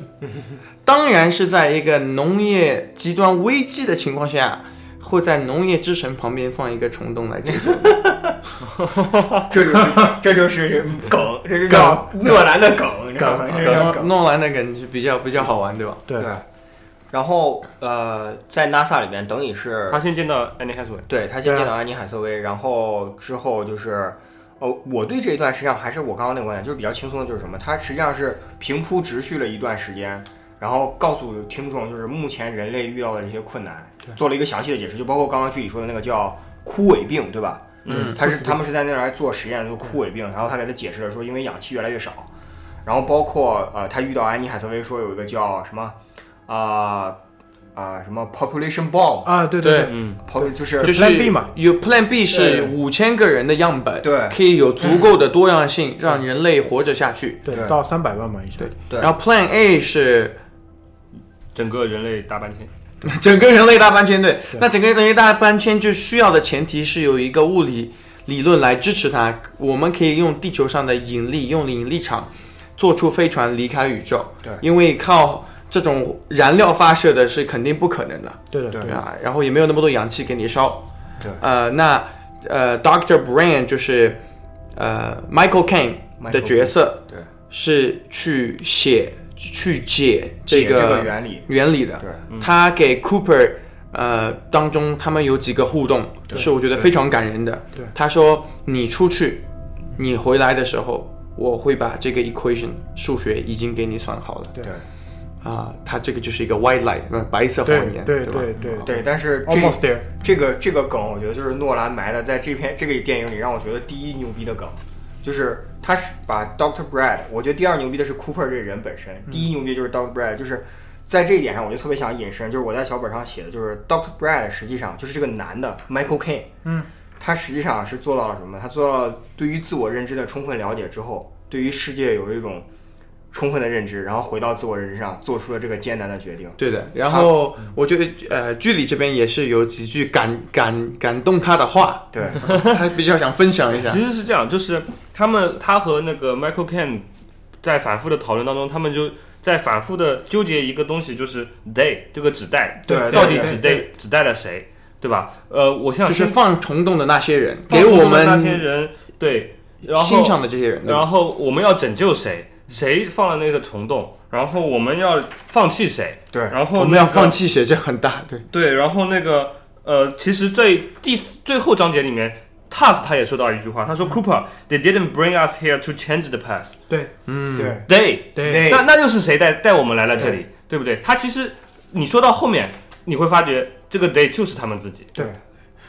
Speaker 3: 当然是在一个农业极端危机的情况下，会在农业之神旁边放一个虫洞来解决。
Speaker 2: 啊这就是这就是梗，这就 叫诺兰的梗，你知道吗？这
Speaker 3: 然
Speaker 2: 叫
Speaker 3: 后
Speaker 2: 梗。
Speaker 3: 诺兰的感觉比较比较好玩，对吧？
Speaker 1: 对
Speaker 2: 对。然后呃，在 NASA 里边，等于是
Speaker 4: 他先见到 Annie Hathaway，
Speaker 2: 对他先
Speaker 1: 对啊
Speaker 2: 见到安妮海瑟薇，然后之后就是，呃，我对这一段实际上还是我刚刚那个观点，就是比较轻松的，就是什么，他实际上是平铺直叙了一段时间，然后告诉听众就是目前人类遇到的这些困难，做了一个详细的解释，就包括刚刚剧里说的那个叫枯萎病，对吧？
Speaker 4: 嗯，
Speaker 2: 他是他们是在那儿做实验做枯萎病，然后他给他解释了说，因为氧气越来越少，然后包括呃，他遇到安妮海瑟薇说有一个叫什么啊啊、什么 population bomb。
Speaker 1: 啊，对对，
Speaker 4: 嗯，
Speaker 2: 跑就是
Speaker 3: 就是
Speaker 1: Plan B 嘛
Speaker 3: 有 Plan B 是
Speaker 2: 对
Speaker 3: 五千个人的样本，
Speaker 2: 对
Speaker 3: 可以有足够的多样性让人类活着下去。
Speaker 1: 对，
Speaker 2: 对
Speaker 1: 到三百万嘛一下，
Speaker 3: 对
Speaker 2: 对
Speaker 3: 然后 Plan A 是
Speaker 4: 整个人类大半天，
Speaker 3: 整个人类大搬迁，对，那整个人类大搬迁就需要的前提是有一个物理理论来支持它，我们可以用地球上的引力，用引力场做出飞船离开宇宙。
Speaker 2: 对
Speaker 3: 因为靠这种燃料发射的是肯定不可能的。
Speaker 1: 对的，
Speaker 2: 对
Speaker 3: 对啊，然后也没有那么多氧气给你烧。
Speaker 2: 对
Speaker 3: 呃，那呃，Doctor Brain 就是呃 Michael Caine
Speaker 2: Michael
Speaker 3: 的角色，
Speaker 2: 对，
Speaker 3: 是去写去解这
Speaker 2: 解
Speaker 3: 个
Speaker 2: 这个原理，
Speaker 3: 原理的。
Speaker 2: 对，
Speaker 3: 他给 Cooper 呃当中他们有几个互动，是我觉得非常感人的。
Speaker 1: 对
Speaker 3: 他说你出去，你回来的时候。我会把这个 equation 数学已经给你算好了
Speaker 1: 对
Speaker 2: 对
Speaker 3: 啊，它这个就是一个 white light，呃白色谎言，
Speaker 1: 对
Speaker 3: 吧？
Speaker 1: 对对
Speaker 2: 对，但是这
Speaker 1: ，almost there，
Speaker 2: 这个这个梗，我觉得就是诺兰埋的，在这篇这个电影里让我觉得第一牛逼的梗，就是他是把 Doctor Brad，我觉得第二牛逼的是 Cooper 这人本身，第一牛逼就是 Doctor Brad，就是在这一点上，我就特别想引申，就是我在小本上写的，就是 Doctor Brad 实际上就是这个男的 Michael Caine，
Speaker 1: 嗯，
Speaker 2: 他实际上是做到了什么？他做到了对于自我认知的充分了解之后，对于世界有一种充分的认知，然后回到自我认知上，做出了这个艰难的决定。
Speaker 3: 对的，然后我觉得呃，剧里这边也是有几句感感感动他的话，
Speaker 2: 对，
Speaker 3: 他比较想分享 一下
Speaker 4: 其。实是这样，就是他们他和那个 Michael Caine 在反复的讨论当中，他们就在反复的纠结一个东西，就是 day 这个纸袋，
Speaker 2: 对对
Speaker 4: 到底
Speaker 2: 对
Speaker 4: 纸袋纸袋了谁，对吧？呃，我想
Speaker 3: 就是放虫洞的那些人，
Speaker 4: 放
Speaker 3: 给
Speaker 4: 松
Speaker 3: 我
Speaker 4: 松的那些
Speaker 3: 们
Speaker 4: 人，对，然后
Speaker 3: 欣赏的这些人，对吧
Speaker 4: 然后我们要拯救谁？谁放了那个虫洞？然后我们要放弃谁？
Speaker 2: 对
Speaker 4: 然后、
Speaker 3: 我们要放。弃谁？这很大，对
Speaker 4: 对，然后那个呃，其实最第四最后章节里面，Tas 他也说到一句话，他说：“Cooper，they didn't bring us here to change the past.
Speaker 1: 对
Speaker 3: 嗯
Speaker 2: 对
Speaker 4: They，
Speaker 1: 对
Speaker 2: They
Speaker 4: 那那又是谁带带我们来了这里？对不对？他其实你说到后面，你会发觉这个 they 就是他们自己。
Speaker 2: 对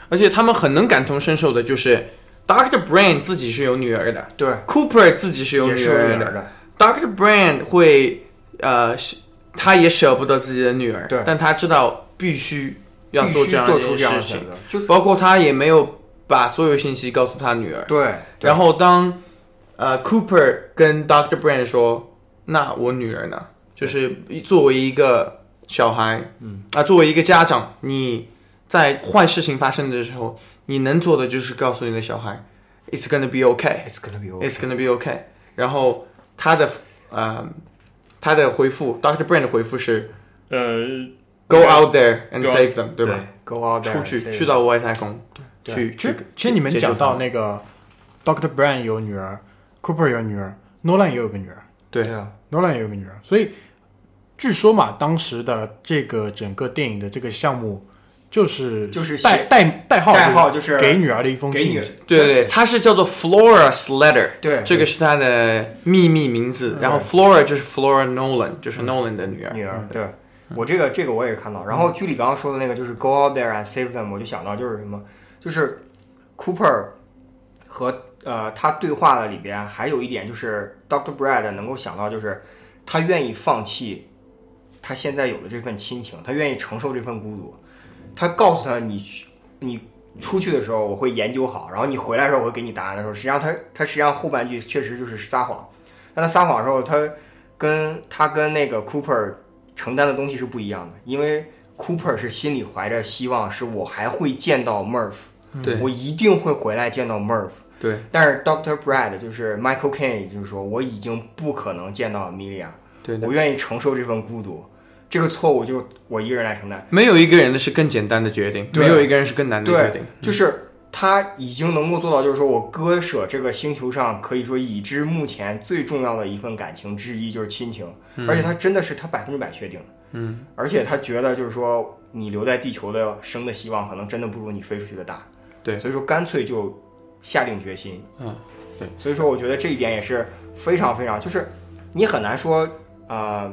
Speaker 3: 而且他们很能感同身受的，就是 Doctor Brain 自己是有女儿的
Speaker 2: 对，
Speaker 3: ，Cooper 自己是有
Speaker 2: 也
Speaker 3: 女
Speaker 2: 是有
Speaker 3: 儿
Speaker 2: 点
Speaker 3: 的
Speaker 2: 儿的。
Speaker 3: ，Doctor Brain 会呃，是他也舍不得自己的女儿，
Speaker 2: 对
Speaker 3: 但他知道必须要
Speaker 2: 必
Speaker 3: 做
Speaker 2: 须
Speaker 3: 这样
Speaker 2: 做
Speaker 3: 的
Speaker 2: 出
Speaker 3: 一
Speaker 2: 这样
Speaker 3: 件
Speaker 2: 的
Speaker 3: 事情
Speaker 2: 选。择，就是
Speaker 3: 包括他也没有把所有信息告诉他女儿。
Speaker 2: 对，
Speaker 3: 然后当呃 Cooper 跟 Doctor Brand 说：“那我女儿呢？”就是作为一个小孩，嗯啊，作为一个家长，你在坏事情发生的时候，你能做的就是告诉你的小孩，It's gonna be okay。
Speaker 2: it's gonna be
Speaker 3: It's gonna be okay。然后他的呃他的回复，Doctor Brand 的回复是
Speaker 4: 呃，
Speaker 3: Go out there and
Speaker 4: Go-
Speaker 3: save them，对吧？
Speaker 2: go out
Speaker 3: 出去，去到外太空，
Speaker 2: 对
Speaker 3: 去
Speaker 1: 其
Speaker 3: 去
Speaker 1: 实。其实你们
Speaker 3: 解决
Speaker 1: 讲
Speaker 3: 他
Speaker 1: 到那个 Doctor Brown 有女儿，Cooper 有女儿，Nolan 也有个女儿
Speaker 3: 对
Speaker 2: 啊，
Speaker 1: ，Nolan 也有个女儿，所以据说嘛，当时的这个整个电影的这个项目就是
Speaker 2: 就是
Speaker 1: 代
Speaker 2: 写
Speaker 1: 代代号
Speaker 2: 代号
Speaker 1: 就
Speaker 2: 就是
Speaker 1: 给女儿的一封
Speaker 2: 给
Speaker 1: 信
Speaker 2: 女，
Speaker 3: 对对，它是叫做 Flora's Letter，
Speaker 2: 对嗯
Speaker 3: 这个是它的秘密名字。然后 Flora 就是 Flora Nolan，就是 Nolan 的女儿。
Speaker 2: 女儿，对我这个这个我也看到。然后剧里刚刚说的那个就是 go out there and save them，我就想到就是什么，就是 Cooper 和呃他对话的里边还有一点就是 Doctor Brad 能够想到就是他愿意放弃他现在有的这份亲情，他愿意承受这份孤独。他告诉他你去你出去的时候我会研究好，然后你回来的时候我会给你答案的时候，实际上他他实际上后半句确实就是撒谎。但他撒谎的时候，他跟他跟那个 Cooper 承担的东西是不一样的，因为 Cooper 是心里怀着希望，是我还会见到 Murph，
Speaker 3: 对
Speaker 2: 我一定会回来见到 Murph。
Speaker 3: 对
Speaker 2: 但是 Doctor Brad 就是 Michael Caine，就是说我已经不可能见到 Amelia，
Speaker 3: 对的
Speaker 2: 我，愿意承受这份孤独，这个错误就我一个人来承担。
Speaker 3: 没有一个人的是更简单的决定，
Speaker 2: 对
Speaker 3: 没有一个人是更难的决
Speaker 2: 对
Speaker 3: 定。，
Speaker 2: 就是他已经能够做到，就是说我割舍这个星球上可以说已知目前最重要的一份感情之一，就是亲情，而且他真的是他百分之百确定的。
Speaker 3: 嗯，
Speaker 2: 而且他觉得就是说你留在地球的生的希望可能真的不如你飞出去的大，
Speaker 3: 对
Speaker 2: 所以说干脆就下定决心，
Speaker 3: 嗯，
Speaker 2: 对，所以说我觉得这一点也是非常非常，就是你很难说，呃，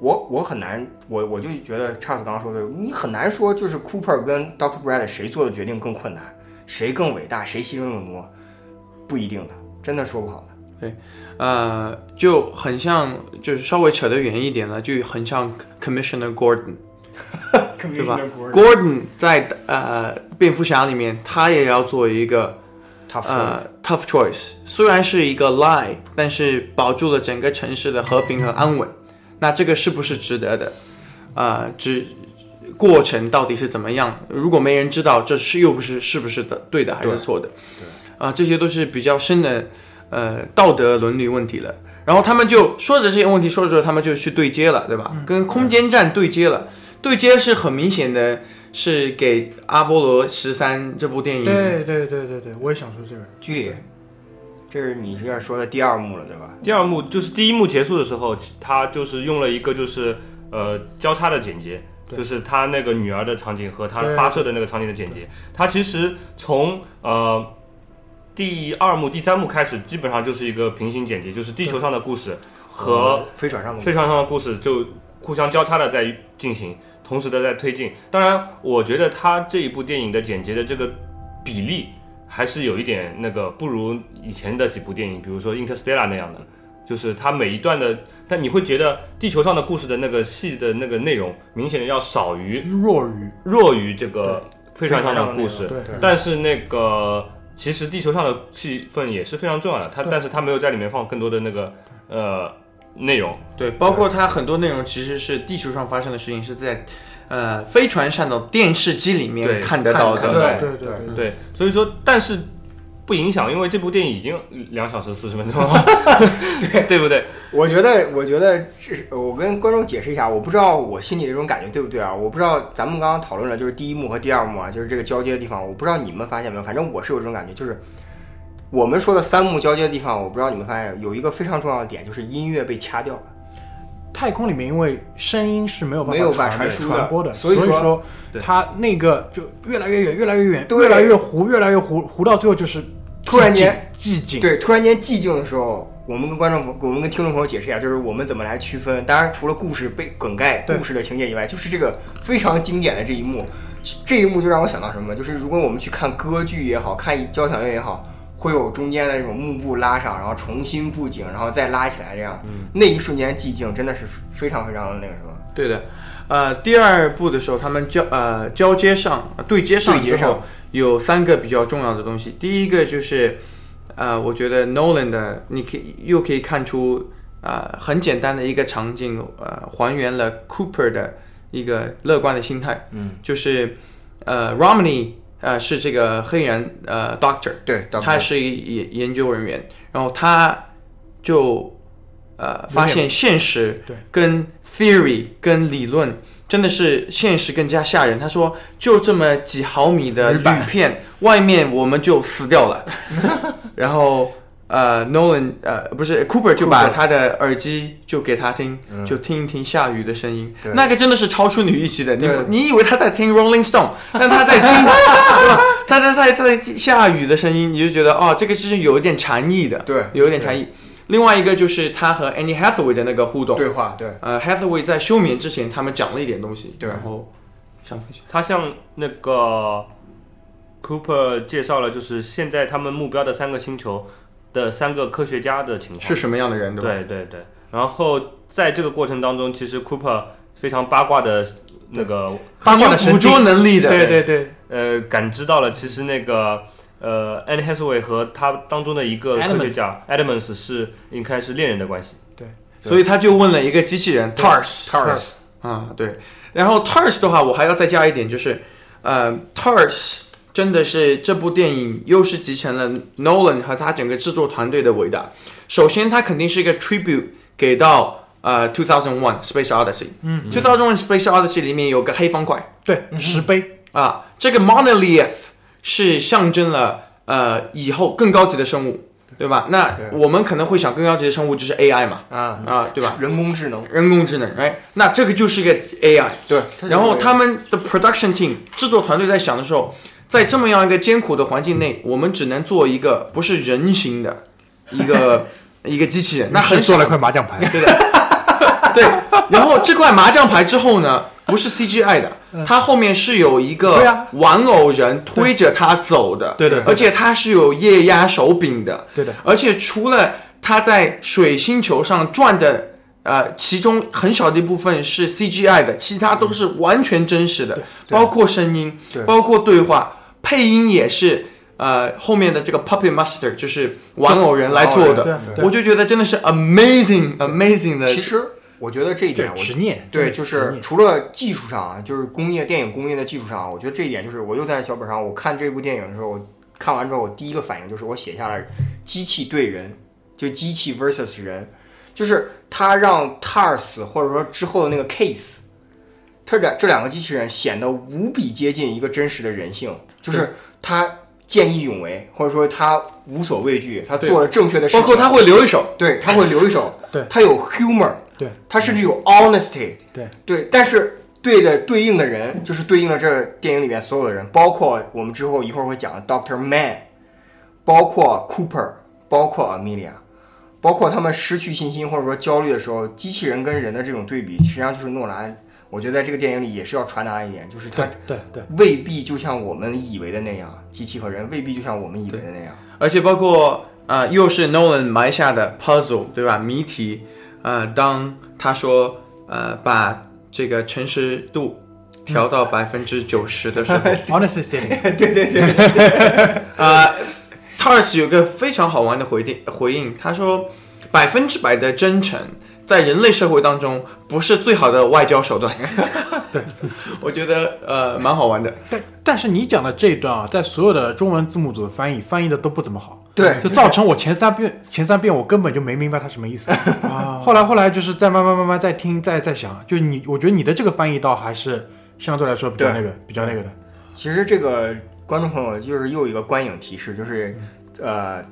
Speaker 2: 我我很难，我我就觉得 Charles 刚刚说的，你很难说就是 Cooper 跟 Dr. Brad 谁做的决定更困难，谁更伟大，谁牺牲更多，不一定的，真的说不好的，
Speaker 3: 呃，就很像，就是稍微扯得远一点了，就很像 Commissioner Gordon。
Speaker 2: 对
Speaker 3: 吧？Gordon 在呃蝙蝠侠里面，他也要做一个
Speaker 2: 他
Speaker 3: 呃 tough choice，虽然是一个 lie，但是保住了整个城市的和平和安稳。那这个是不是值得的？呃，只过程到底是怎么样？如果没人知道，这是又不是是不是的对的还是错的？啊、这些都是比较深的呃道德伦理问题了。然后他们就说着这些问题，说着说着他们就去对接了，对吧？跟空间站对接了，对接是很明显的，是给《阿波罗十三》这部电影
Speaker 1: 对对对对对，我也想说这个。
Speaker 2: 居里，这是你这说的第二幕了，对吧？
Speaker 4: 第二幕就是第一幕结束的时候，他就是用了一个就是呃交叉的剪接，
Speaker 1: 对
Speaker 4: 就是他那个女儿的场景和他
Speaker 1: 对
Speaker 4: 发射的那个场景的剪接。他其实从呃第二幕、第三幕开始，基本上就是一个平行剪辑，就是地球上的故事和
Speaker 2: 飞船上的
Speaker 4: 飞船上的故事就互相交叉的在进行，同时的在推进。当然，我觉得他这一部电影的剪辑的这个比例还是有一点那个不如以前的几部电影，比如说《Interstellar》那样的，就是它每一段的，但你会觉得地球上的故事的那个戏的那个内容明显的要少于
Speaker 1: 弱语，
Speaker 4: 弱于这个飞船上的故事，
Speaker 1: 对
Speaker 2: 对
Speaker 4: 但是那个其实地球上的戏份也是非常重要的，它
Speaker 1: 对
Speaker 4: 但是它没有在里面放更多的那个呃内容。
Speaker 3: 对，包括它很多内容其实是地球上发生的事情，是在呃飞船上的电视机里面
Speaker 4: 对
Speaker 3: 看得到
Speaker 2: 看
Speaker 3: 的。
Speaker 2: 得到
Speaker 1: 对对对
Speaker 3: 嗯
Speaker 1: 对
Speaker 4: 对，所以说，但是不影响，因为这部电影已经两小时四十分钟 了， 对对不对？
Speaker 2: 我觉得，我觉得这是我跟观众解释一下，我不知道我心里这种感觉对不对啊？我不知道咱们刚刚讨论了，就是第一幕和第二幕啊，就是这个交接的地方，我不知道你们发现没有，反正我是有这种感觉，就是我们说的三幕交接的地方，我不知道你们发现有一个非常重要的点，就是音乐被掐掉了。
Speaker 1: 太空里面，因为声音是没有办
Speaker 2: 没有
Speaker 1: 法
Speaker 2: 办法
Speaker 1: 传
Speaker 2: 传输的
Speaker 1: 传播的，
Speaker 2: 所以
Speaker 1: 以
Speaker 2: 说
Speaker 1: 说
Speaker 4: 对
Speaker 1: 它那个就越来越远，越来越远，
Speaker 2: 对
Speaker 1: 越来越糊，越来越糊，糊到最后就是
Speaker 2: 突然间
Speaker 1: 寂静。寂静
Speaker 2: 对，突然间寂静的时候，我们跟观众朋、我们跟听众朋友解释一下，就是我们怎么来区分。当然，除了故事被梗概、
Speaker 1: 对
Speaker 2: 故事的情节以外，就是这个非常经典的这一幕。这一幕就让我想到什么？就是如果我们去看歌剧也好看交响乐也好，会有中间的那种幕布拉上，然后重新布景，然后再拉起来，这样、那一瞬间寂静真的是非常非常那个什么。
Speaker 3: 对的，呃，第二部的时候，他们交呃交接上呃对接上
Speaker 2: 对接
Speaker 3: 之
Speaker 2: 上
Speaker 3: 后，有三个比较重要的东西。第一个就是，呃，我觉得 Nolan 的，你可以又可以看出，呃，很简单的一个场景，呃，还原了 Cooper 的一个乐观的心态。嗯，就是，呃，Romney 呃是这个黑人呃 Doctor，
Speaker 2: 对，到
Speaker 3: 他是一研研究人员，然后他就呃发现现实
Speaker 1: 对
Speaker 3: 跟 theory 跟理论真的是现实更加吓人。他说，就这么几毫米的铝片，外面我们就死掉了。然后呃，Nolan 呃不是 Cooper 嗯就把他的耳机就给他听，就听一听下雨的声音
Speaker 2: 对，
Speaker 3: 那个真的是超出你预期的。你
Speaker 2: 对
Speaker 3: 你以为他在听 Rolling Stone，但他在听，对吧他在在在下雨的声音，你就觉得哦，这个是有一点禅意的，
Speaker 2: 对
Speaker 3: 有一点禅意。另外一个就是他和 Annie Hathaway 的那个互动，
Speaker 2: 对话，对
Speaker 3: 呃，Hathaway 在休眠之前，他们讲了一点东西，
Speaker 2: 对
Speaker 3: 然后想分享，
Speaker 4: 他向那个 Cooper 介绍了，就是现在他们目标的三个星球的三个科学家的情况。
Speaker 3: 是什么样的人，对吧？
Speaker 4: 对对对。然后在这个过程当中，其实 Cooper 非常八卦的那个
Speaker 3: 八卦的
Speaker 1: 很有
Speaker 3: 捕
Speaker 1: 捕
Speaker 3: 捉
Speaker 1: 捉
Speaker 3: 能力的，
Speaker 1: 对对对
Speaker 4: 呃感知到了，其实那个呃 Anne Hathaway 和他当中的一个科学家 Adams 是应该是恋人的关系。
Speaker 3: 所以他就问了一个机器人 Tars，
Speaker 2: ，Tars，
Speaker 3: 啊，对。然后 Tars 的话，我还要再加一点，就是，呃，Tars 真的是这部电影又是集成了 Nolan 和他整个制作团队的伟大。首先，它肯定是一个 tribute 给到呃2001 Space Odyssey。嗯，2001 Space Odyssey 里面有个黑方块，
Speaker 2: 嗯
Speaker 1: 对，石碑
Speaker 3: 啊，这个 monolith 是象征了呃以后更高级的生物，对吧？那
Speaker 2: 对
Speaker 3: 我们可能会想更高级的生物就是 AI 嘛，
Speaker 2: 啊，
Speaker 3: 啊，对吧？
Speaker 2: 人工智能，
Speaker 3: 人工智能，哎，那这个就是一个 AI，对
Speaker 2: 它就是
Speaker 3: 然后
Speaker 2: AI
Speaker 3: 他们的 production team 制作团队在想的时候，在这么样一个艰苦的环境内，我们只能做一个不是人形的一个 一个机器人，那很
Speaker 1: 是做
Speaker 3: 少
Speaker 1: 了块麻将牌，
Speaker 3: 对。然后这块麻将牌之后呢，不是 CGI 的，它后面是有一
Speaker 1: 嗯对
Speaker 3: 个
Speaker 1: 啊
Speaker 3: 玩偶人推着它走的，
Speaker 1: 对的
Speaker 3: 而且它是有液压手柄的，
Speaker 1: 对的，
Speaker 3: 而且除了它在水星球上转的，呃，其中很小的一部分是 CGI 的，其他
Speaker 1: 嗯
Speaker 3: 都是完全真实的，包括声音，包括对话，配音也是。呃，后面的这个 Puppet Master 就是玩偶人来做
Speaker 1: 对
Speaker 3: 的
Speaker 1: 啊，对啊
Speaker 3: 我就觉得真的是 amazing amazing 的
Speaker 2: 其实我觉得这一
Speaker 1: 对
Speaker 2: 点，，我
Speaker 1: 执念，
Speaker 2: 对，
Speaker 1: 真的
Speaker 2: 就
Speaker 1: 执
Speaker 2: 是
Speaker 1: 念
Speaker 2: 除了技术上啊，就是工业电影工业的技术上啊，我觉得这一点就是我又在小本上，我看这部电影的时候，我看完之后，我第一个反应就是我写下了机器对人，就机器 versus 人，就是他让 TARS 或者说之后的那个 Case，他两这两个机器人显得无比接近一个真实的人性，就是他见义勇为，或者说他无所畏惧，他做了正确的事情，
Speaker 3: 包括他会留一手，
Speaker 2: 对，他会留一手，
Speaker 1: 对
Speaker 2: 他有 humor，
Speaker 1: 对，
Speaker 2: 他甚至有 honesty，
Speaker 1: 对
Speaker 2: 对，但是对的对应的人就是对应了这电影里面所有的人，包括我们之后一会儿会讲的 Doctor Man，包括 Cooper，包括 Amelia，包括他们失去信心或者说焦虑的时候，机器人跟人的这种对比，实际上就是诺兰，我觉得在这个电影里也是要传达的一点，就是他
Speaker 1: 对对 对，
Speaker 2: 未必就像我们以为的那样，机器和人未必就像我们以为的那样，
Speaker 3: 而且包括啊、呃又是 Nolan 埋下的 puzzle，对吧？谜题，呃，当他说呃，把这个诚实度调到百分之九十的时候，
Speaker 1: ，honestly speaking，
Speaker 3: 呃 t a r s 有个非常好玩的回应，回应他说，百分之百的真诚在人类社会当中不是最好的外交手段。 对，我觉得呃蛮好玩的。
Speaker 1: 但但是你讲的这一段啊，在所有的中文字幕组的翻译翻译的都不怎么好，
Speaker 2: 对
Speaker 1: 就造成我前三遍前三遍我根本就没明白它什么意思，后来后来就是在慢慢慢慢在听在在想，就你我觉得你的这个翻译倒还是相对来说比较那
Speaker 2: 对
Speaker 1: 个比较那个的，
Speaker 2: 其实这个观众朋友就是又一个观影提示，就是呃，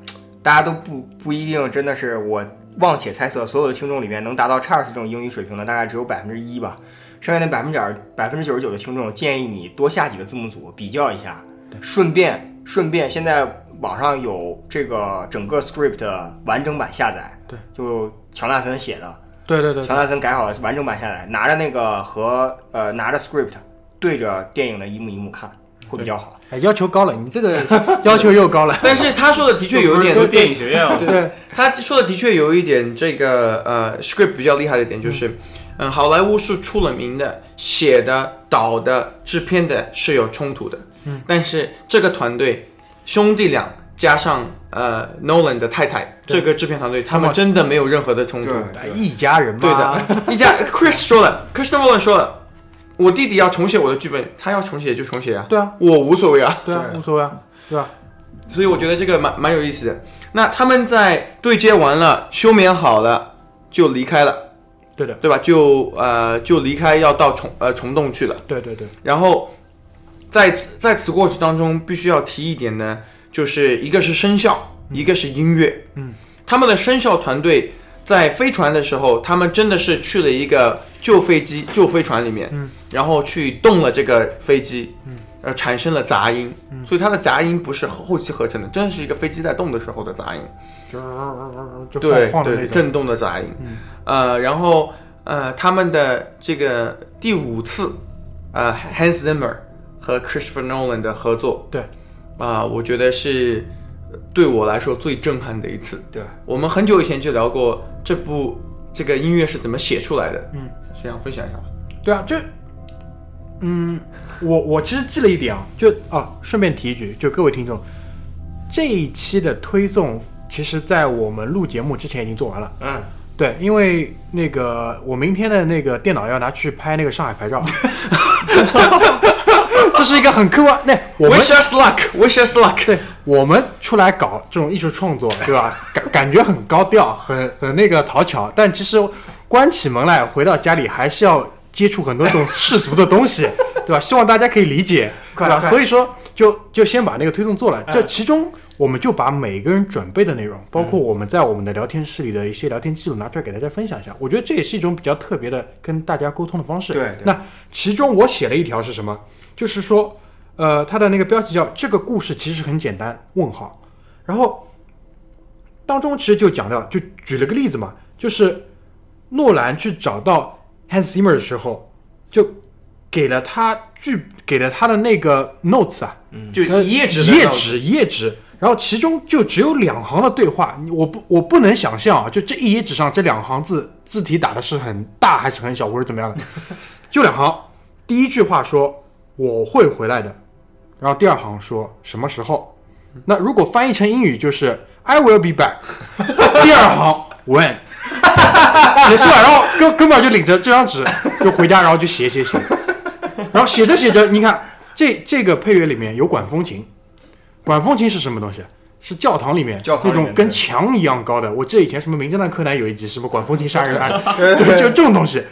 Speaker 2: 大家都不不一定真的是我妄且猜测，所有的听众里面能达到 Charles 这种英语水平的大概只有百分之一吧，剩下那百分之百分之九十九的听众，建议你多下几个字幕组比较一下，顺便顺便现在网上有这个整个 script 的完整版下载，
Speaker 1: 对，
Speaker 2: 就乔纳森写的，
Speaker 1: 对对对
Speaker 2: 乔纳森改好了完整版下来，拿着那个和呃拿着 script 对着电影的一幕一幕看，会比较好。
Speaker 1: 哎，要求高了，你这个 要求又 高了。
Speaker 3: 但是他说的的确有一点
Speaker 4: 都电影学院哦，
Speaker 1: 对，
Speaker 3: 他说的的确有一点这个呃 script 比较厉害的点就是，嗯，好莱坞是出了名的，写的、导的、制片的是有冲突的。嗯，但是这个团队兄弟俩加上呃 Nolan 的太太，这个制片团队他们真的没有任何的
Speaker 2: 嗯
Speaker 3: 冲突。
Speaker 1: 哎一家人嘛。
Speaker 3: 对的，一家 Chris 说了，Christopher Nolan 说了，我弟弟要重写我的剧本，他要重写就重写啊，
Speaker 1: 对啊，
Speaker 3: 我无所谓啊。
Speaker 1: 对啊，无所谓啊，对吧？
Speaker 3: 所以我觉得这个蛮蛮有意思的。那他们在对接完了、休眠好了，就离开了，
Speaker 1: 对的，
Speaker 3: 对吧？就呃就离开，要到虫呃虫洞去了。
Speaker 1: 对对对，
Speaker 3: 然后在此在此过程当中，必须要提一点呢，就是一个是声效，一个是音乐。
Speaker 1: 嗯，
Speaker 3: 他们的声效团队在飞船的时候，他们真的是去了一个旧飞机、旧飞船里面，
Speaker 1: 嗯，
Speaker 3: 然后去动了这个飞机，嗯，呃，产生了杂音，嗯、所以它的杂音不是后后期合成的，真的是一个飞机在动的时候的杂音。
Speaker 1: 就就
Speaker 3: 对
Speaker 1: 晃晃的那
Speaker 3: 对
Speaker 1: 种。嗯
Speaker 3: 震动的杂音，呃，然后呃，他们的这个第五次，呃，Hans Zimmer 和 Christopher Nolan 的合作
Speaker 1: 对，
Speaker 3: 啊、我觉得是呃对我来说最震撼的一次。
Speaker 2: 对，
Speaker 3: 我们很久以前就聊过这部这个音乐是怎么写出来的，
Speaker 1: 嗯，
Speaker 3: 谁想分享一下？
Speaker 1: 对啊，就，嗯，我我其实记了一点啊，就啊，顺便提一句，就各位听众，这一期的推送，其实在我们录节目之前已经做完了。
Speaker 2: 嗯，
Speaker 1: 对，因为那个我明天的那个电脑要拿去拍那个上海牌照， 这是一个很客观。那我们
Speaker 3: Wish us luck，Wish us luck。
Speaker 1: 对我们出来搞这种艺术创作，对吧？ 感感觉很高调，很很那个讨巧，但其实关起门来回到家里，还是要接触很多这种世俗的东西， 对吧？希望大家可以理解，对
Speaker 2: 快嗯
Speaker 1: 吧？
Speaker 2: 快
Speaker 1: 所以说，就就先把那个推送做了。这其中我们就把每个人准备的内
Speaker 2: 嗯
Speaker 1: 容，包括我们在我们的聊天室里的一些聊天记录拿出来给大家分享一下。我觉得这也是一种比较特别的跟大家沟通的方式。
Speaker 2: 对对
Speaker 1: 那其中我写了一条是什么？就是说，呃，它的那个标题叫“这个故事其实很简单”问号，然后当中其实就讲到，就举了个例子嘛，就是诺兰去找到 Hans Zimmer 的时候，就给了他剧，给了他的那个 notes 啊，
Speaker 3: 就
Speaker 1: 它
Speaker 3: 一页纸的
Speaker 1: 一页
Speaker 3: 那种
Speaker 1: 纸，一页纸。然后其中就只有两行的对话，你我不我不能想象啊，就这一页纸上这两行字字体打的是很大还是很小，或者怎么样的，就两行。第一句话说我会回来的，然后第二行说什么时候。那如果翻译成英语就是 I will be back，第 二行 when 结束了，然后哥哥们儿就领着这张纸就回家，然后就写写写，然后写着写着，你看这这个配乐里面有管风琴，管风琴是什么东西？是教堂里面
Speaker 2: 教堂里
Speaker 1: 那
Speaker 2: 面
Speaker 1: 种跟墙一样高的。我记得以前什么《名侦探柯南》有一集，什么管风琴杀人 案，就就这种东西，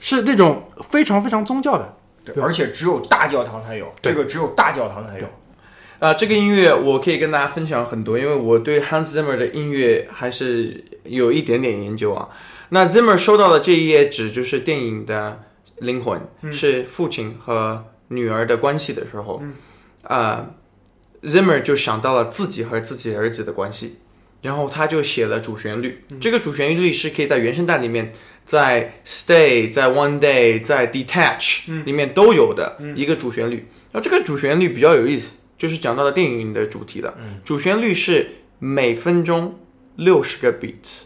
Speaker 1: 是那种非常非常宗教的。
Speaker 2: 对，而且只有大教堂才有，这个只有大教堂才有。
Speaker 3: 啊，这个音乐我可以跟大家分享很多，因为我对 Hans Zimmer 的音乐还是有一点点研究啊。那 Zimmer 收到的这一页纸就是电影的灵魂，是父亲和女儿的关系的时候，啊、z i m m e r 就想到了自己和自己儿子的关系，然后他就写了主旋律。这个主旋律是可以在原声带里面，在 Stay、在 One Day、在
Speaker 2: 嗯
Speaker 3: Detach 里面都有的一个主旋律。然后这个主旋律比较有意思，就是讲到了电影的主题了。
Speaker 2: 嗯
Speaker 3: 主旋律是每分钟六十个 beats，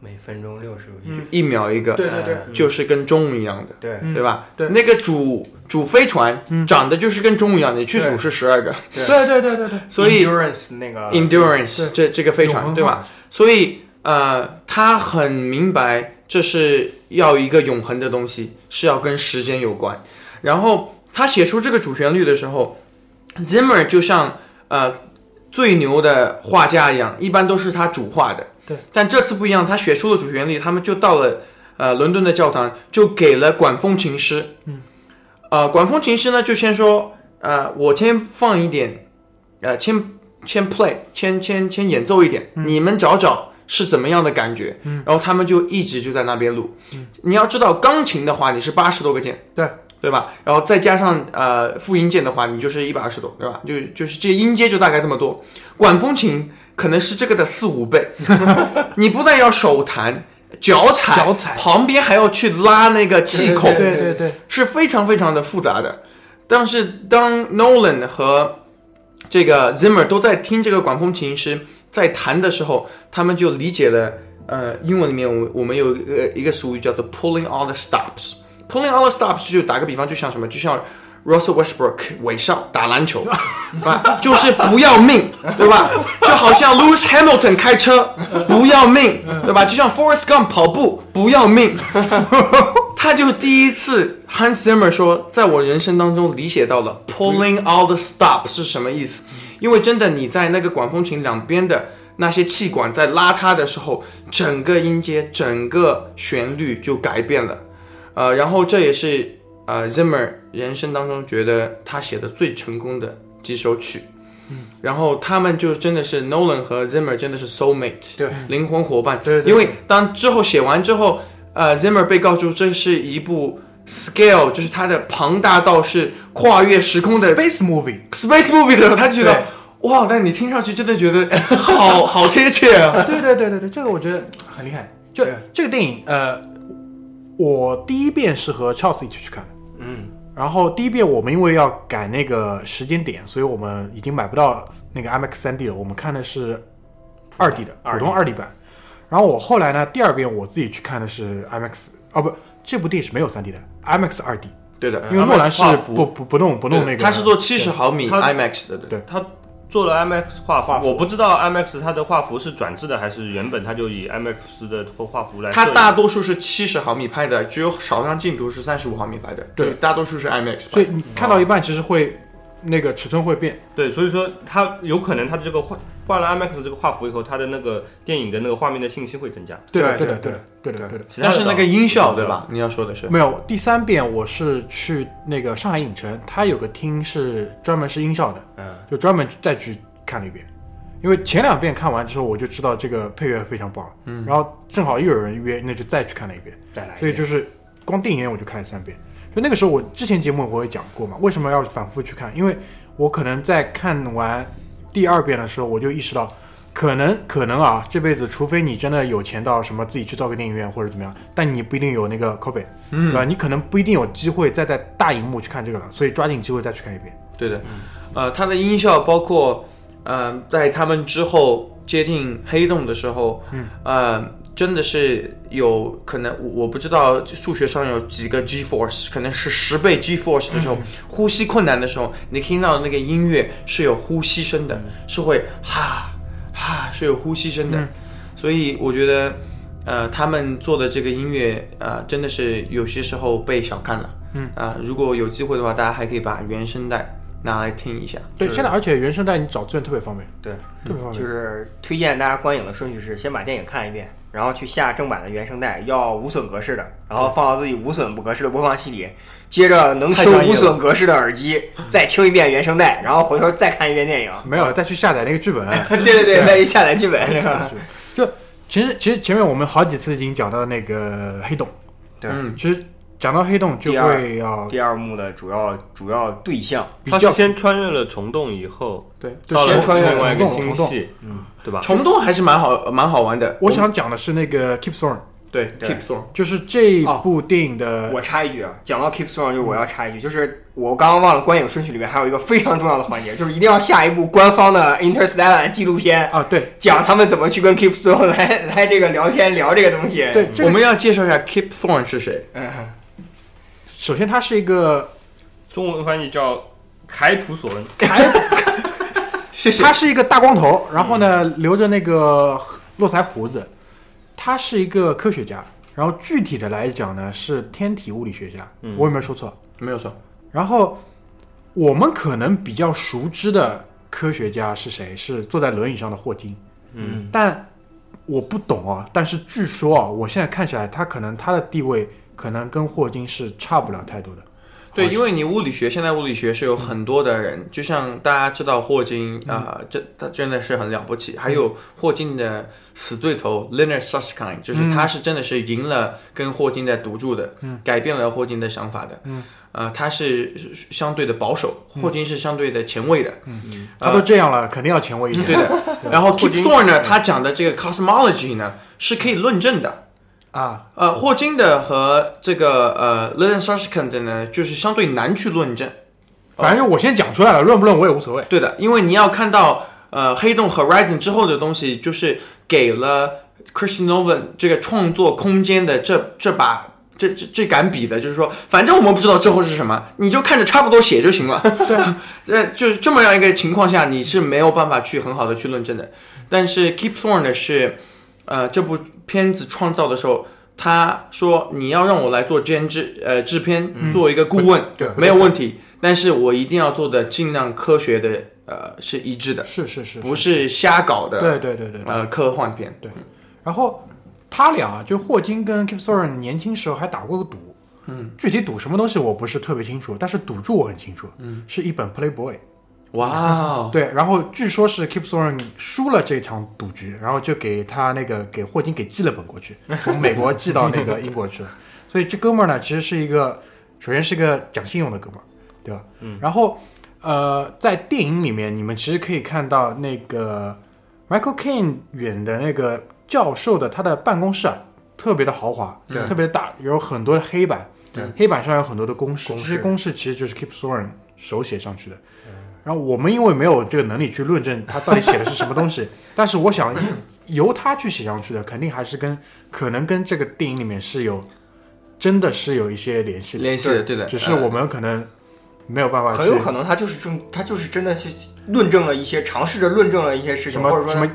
Speaker 2: 每分钟六十个亿，
Speaker 3: 一秒一个，
Speaker 1: 对对对
Speaker 3: 就是跟钟一样的。
Speaker 2: 嗯对嗯
Speaker 3: 对吧？
Speaker 1: 对
Speaker 3: 那个主主飞船长得就是跟钟一样，你去数
Speaker 2: 对
Speaker 3: 是十二个，
Speaker 2: 对
Speaker 1: 对对对对对，
Speaker 3: 所以
Speaker 2: endurance 那个
Speaker 3: endurance 这这个飞船
Speaker 1: 永恒号
Speaker 3: 对吧？所以呃，他很明白这是要一个永恒的东西，是要跟时间有关。然后他写出这个主旋律的时候，Zimmer 就像呃最牛的画家一样，一般都是他主画的。
Speaker 1: 对，
Speaker 3: 但这次不一样，他写出了主旋律，他们就到了呃伦敦的教堂，就给了管风琴师。嗯，呃，管风琴师呢就先说，呃，我先放一点，呃，先先 play，先先先演奏一点，
Speaker 1: 嗯
Speaker 3: 你们找找是怎么样的感觉。嗯，然后他们就一直就在那边录。嗯，你要知道钢琴的话，你是八十多个键。
Speaker 1: 对。
Speaker 3: 对吧？然后再加上呃复音键的话，你就是一百二十多，对吧？就就是这音阶就大概这么多。管风琴可能是这个的四五 倍，你不但要手弹、脚踩，
Speaker 1: 脚踩
Speaker 3: 旁边还要去拉那个气口，
Speaker 1: 对对对对，
Speaker 3: 是非常非常的复杂的。但是当 Nolan 和这个 Zimmer 都在听这个管风琴师在弹的时候，他们就理解了，呃，英文里面我们我们有一个呃一个俗语叫做 pulling all the stops。pulling all the stops 就打个比方，就像什么，就像 Russell Westbrook 韦少打篮球，啊，就是不要命，对吧？就好像 Lewis Hamilton 开车不要命，对吧？就像 Forrest Gump 跑步不要命，他就第一次 Hans Zimmer 说，在我人生当中理解到了 pulling all the stop 是什么意思，因为真的你在那个管风琴两边的那些气管在拉它的时候，整个音阶、整个旋律就改变了，呃，然后这也是呃 Zimmer 人生当中觉得他写的最成功的几首曲。
Speaker 1: 嗯
Speaker 3: 然后他们就真的是 Nolan 和 Zimmer 真的是 soul mate，
Speaker 1: 对，
Speaker 3: 灵魂伙伴。
Speaker 1: 对对
Speaker 3: 因为当之后写完之后，呃，Zimmer 被告知这是一部 scale，就是它的庞大到是跨越时空的
Speaker 1: space movie。
Speaker 3: space movie 的时候，他就觉得
Speaker 1: 对
Speaker 3: 哇，但你听上去真的觉 得哎好好贴切 啊。
Speaker 1: 对对对对对，这个我觉得很厉害。就
Speaker 2: 对
Speaker 1: 这个电影，呃，我第一遍是和 Charles 一起去看的，嗯，然后第一遍我们因为要赶那个时间点，所以我们已经买不到那个 IMAX 3D 了，我们看的是二 D 的普通二 D 版。然后我后来呢，第二遍我自己去看的是 IMAX，哦不，这部电影是没有 3D 的，IMAX 二 D，
Speaker 3: 对的，
Speaker 1: 因为诺兰是
Speaker 4: IMAX 画幅
Speaker 1: 不不不弄不弄那个，
Speaker 3: 他是做七十毫米
Speaker 4: 他
Speaker 3: IMAX 的，
Speaker 1: 对
Speaker 4: 他做了 IMAX 画
Speaker 2: 画幅
Speaker 4: 我不知道 IMAX 它的画幅是转制的还是原本它就以 IMAX 的画幅来设
Speaker 3: 它
Speaker 4: 计。
Speaker 3: 大多数是七十毫米拍的，只有少量镜头是三十五毫米拍的，
Speaker 1: 对
Speaker 3: 就大多数是 IMAX
Speaker 1: 所
Speaker 3: 拍
Speaker 1: 以。你看到一半，其实会那个尺寸会变，
Speaker 4: 对，所以说它有可能它的这个换换了 IMAX 这个画幅以后，它的那个电影的那个画面的信息会增加。
Speaker 1: 对的，对
Speaker 2: 对
Speaker 1: 的，
Speaker 2: 对
Speaker 1: 对的，对的，对的。
Speaker 4: 其他
Speaker 3: 但
Speaker 4: 的
Speaker 3: 是那
Speaker 4: 倒
Speaker 3: 个音效
Speaker 4: 不
Speaker 3: 对
Speaker 4: 知道？
Speaker 3: 吧？你要说的是，
Speaker 1: 没有，第三遍我是去那个上海影城，它有个厅是专门是音效的，
Speaker 4: 嗯，
Speaker 1: 就专门再去看了一遍。因为前两遍看完之后，我就知道这个配乐非常棒，嗯，然后正好又有人约，那就再去看了一遍。
Speaker 2: 再来一遍。
Speaker 1: 所以就是光电影院我就看了三遍。就那个时候，我之前节目我也讲过嘛，为什么要反复去看？因为我可能在看完第二遍的时候，我就意识到，可能可能啊，这辈子除非你真的有钱到什么自己去造个电影院或者怎么样，但你不一定有那个 copy，嗯，对吧？你可能不一定有机会再在大荧幕去看这个了，所以抓紧机会再去看一遍。
Speaker 3: 对的，呃，它的音效包括，呃，在他们之后接近黑洞的时候，嗯，呃，真的是有可能，我我不知道数学上有几个 G force，可能是十倍 G force 的时候，呼吸困难的时候，你听到那个音乐是有呼吸声的，是会哈哈是有呼吸声的，所以我觉得。呃，他们做的这个音乐，呃，真的是有些时候被小看了。嗯啊、如果有机会的话，大家还可以把原声带拿来听一下。
Speaker 1: 对，现在而且原声带你找资源特别方便，
Speaker 2: 对，
Speaker 1: 特别方便。
Speaker 2: 就是推荐大家观影的顺序是先把电影看一遍，然后去下正版的原声带，要无损格式的，然后放到自己无损格式的播放器里，接着能
Speaker 3: 太
Speaker 2: 收
Speaker 3: 专业
Speaker 2: 无
Speaker 3: 了
Speaker 2: 损格式的耳机，再听一遍原声带，然后回头再看一遍电影。
Speaker 1: 没有再去下载那个剧 本，
Speaker 2: 对对对，再一下载剧本， 对吧？
Speaker 1: 就其实其实前面我们好几次已经讲到那个黑洞，
Speaker 2: 对，
Speaker 3: 嗯
Speaker 1: 其实讲到黑洞就
Speaker 2: 第二
Speaker 1: 会要
Speaker 2: 第二幕的主要主要对象，
Speaker 1: 比
Speaker 4: 它
Speaker 1: 较
Speaker 4: 是先穿越了虫洞以后，
Speaker 3: 对，
Speaker 1: 就
Speaker 4: 到了
Speaker 1: 先穿越
Speaker 4: 另外一个
Speaker 1: 虫洞
Speaker 4: 星
Speaker 1: 虫洞
Speaker 4: 系，嗯，对吧？
Speaker 3: 虫洞还是蛮好，蛮好玩的。
Speaker 1: 我想讲的是那个 Keep Thorn，
Speaker 3: 对
Speaker 2: 对
Speaker 3: keep song，
Speaker 1: 就是这部电影的，
Speaker 2: 哦我插一句啊，讲到 Keep Strong，就是我要插一句，就是我刚刚忘了观影顺序里面还有一个非常重要的环节，就是一定要下一部官方的 Interstellar 纪录片
Speaker 1: 啊，对
Speaker 2: 讲他们怎么去跟 Keep Strong 来来这个聊天聊这个东西。
Speaker 1: 对，，这
Speaker 3: 我
Speaker 1: 个
Speaker 3: 们要介绍一下 keep song 是谁？
Speaker 2: 嗯，
Speaker 1: 首先它是一个，
Speaker 4: 中文翻译叫凯普索恩，
Speaker 3: 谢谢
Speaker 1: 它。是一个大光头，然后呢留着那个络腮胡子，他是一个科学家，然后具体的来讲呢是天体物理学家，我有没有说错？
Speaker 3: 没有错，
Speaker 1: 然后我们可能比较熟知的科学家是谁？是坐在轮椅上的霍金。
Speaker 4: 嗯，
Speaker 1: 但我不懂啊。但是据说啊，我现在看起来，他可能他的地位可能跟霍金是差不了太多的。
Speaker 3: 对，因为你物理学现在物理学是有很多的人，就像大家知道霍金啊、这他真的是很了不起。还有霍金的死对头 Leonard Susskind，就是他是真的是赢了跟霍金在赌注的，改变了霍金的想法的。嗯，呃，他是是是相对的保守，霍金是相对的前卫的。
Speaker 1: 他都这样了，肯定要前卫一点。
Speaker 3: 嗯对的。然后 Keep Thorne 呢，他讲的这个 cosmology 呢是可以论证的。
Speaker 1: 啊，
Speaker 3: 呃，霍金的和这个呃 Leon Susskind 呢，就是相对难去论证。
Speaker 1: 反正我先讲出来了，论不论我也无所谓。
Speaker 3: 对的，因为你要看到呃黑洞 Horizon 之后的东西，就是给了 Chris Nolan 这个创作空间的这这把。这这这杆笔的，就是说，反正我们不知道之后是什么，你就看着差不多写就行了。对， 呃，就是这么样一个情况下，你是没有办法去很好的去论证的。但是 Keep Thorne 呢是，呃，这部片子创造的时候，他说你要让我来做监制，呃，制片，做一个顾问，
Speaker 1: 对
Speaker 3: 没有问题。但是我一定要做的尽量科学的，呃，是一致的，
Speaker 1: 是是是
Speaker 3: 不是瞎搞的，
Speaker 1: 对对对对。
Speaker 3: 呃，科幻片。对，
Speaker 1: 然后他俩啊，就霍金跟 Kip Thorne 年轻时候还打过个赌。嗯，具体赌什么东西我不是特别清楚，但是赌注我很清楚。嗯，是一本 Playboy。
Speaker 3: 哇哦，
Speaker 1: 对，然后据说是 Keep Thorne 输了这场赌局，然后就给他那个给霍金给寄了本过去，从美国寄到那个英国去了。所以这哥们儿呢，其实是一个，首先是个讲信用的哥们儿，对吧？嗯。然后，呃，在电影里面，你们其实可以看到那个 Michael Caine 演的那个教授的他的办公室啊，特别的豪华，特别大，有很多的黑板，黑板上有很多的公式，
Speaker 2: 公
Speaker 1: 这
Speaker 2: 式
Speaker 1: 些公式其实就是 Keep Thorne 手写上去的。然后我们因为没有这个能力去论证他到底写的是什么东 西，但是我想由他去写上去的，肯定还是跟可能跟这个电影里面是有真的是有一些联系的，
Speaker 3: 联系的，对的，
Speaker 1: 只是
Speaker 3: 呃
Speaker 1: 我们可能没有办法去
Speaker 2: 很有可能他就是正，他就是真的去论证了一些，尝试着论证了一些事
Speaker 1: 什
Speaker 2: 情，或者
Speaker 1: 么
Speaker 2: 说
Speaker 1: 什么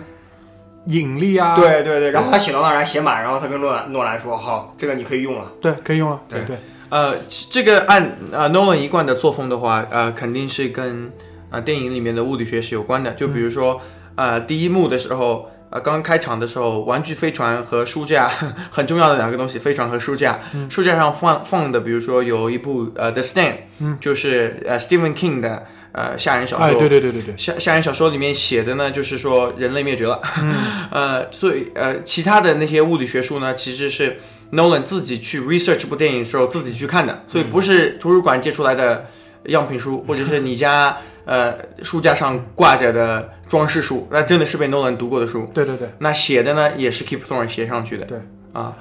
Speaker 1: 引力啊，
Speaker 2: 对对对，然后他写到那儿来写满，然后他跟诺兰诺兰说：“好，这个你可以用了。
Speaker 1: 对，可以用了，
Speaker 3: 对
Speaker 1: 对
Speaker 3: 呃，这个按呃 Nolan 一贯的作风的话，呃，肯定是跟呃电影里面的物理学是有关的。就比如说，呃，第一幕的时候，呃，刚开场的时候，玩具飞船和书架 很重要的两个东西，飞船和书架。书架上放放的，比如说有一部呃《The Stand》，就是呃 Stephen King 的呃吓人小说。
Speaker 1: 哎，对对对对对，
Speaker 3: 吓吓人小说里面写的呢，就是说人类灭绝了， 呃，所以呃，其他的那些物理学书呢，其实是 Nolan 自己去 research 这部电影的时候自己去看的，所以不是图书馆借出来的样品书，或者是你家呃书架上挂着的装饰书，那真的是被 Nolan 读过的书。
Speaker 1: 对对对，
Speaker 3: 那写的呢，也是 Keep Thorne 写上去的。
Speaker 1: 对
Speaker 3: 啊，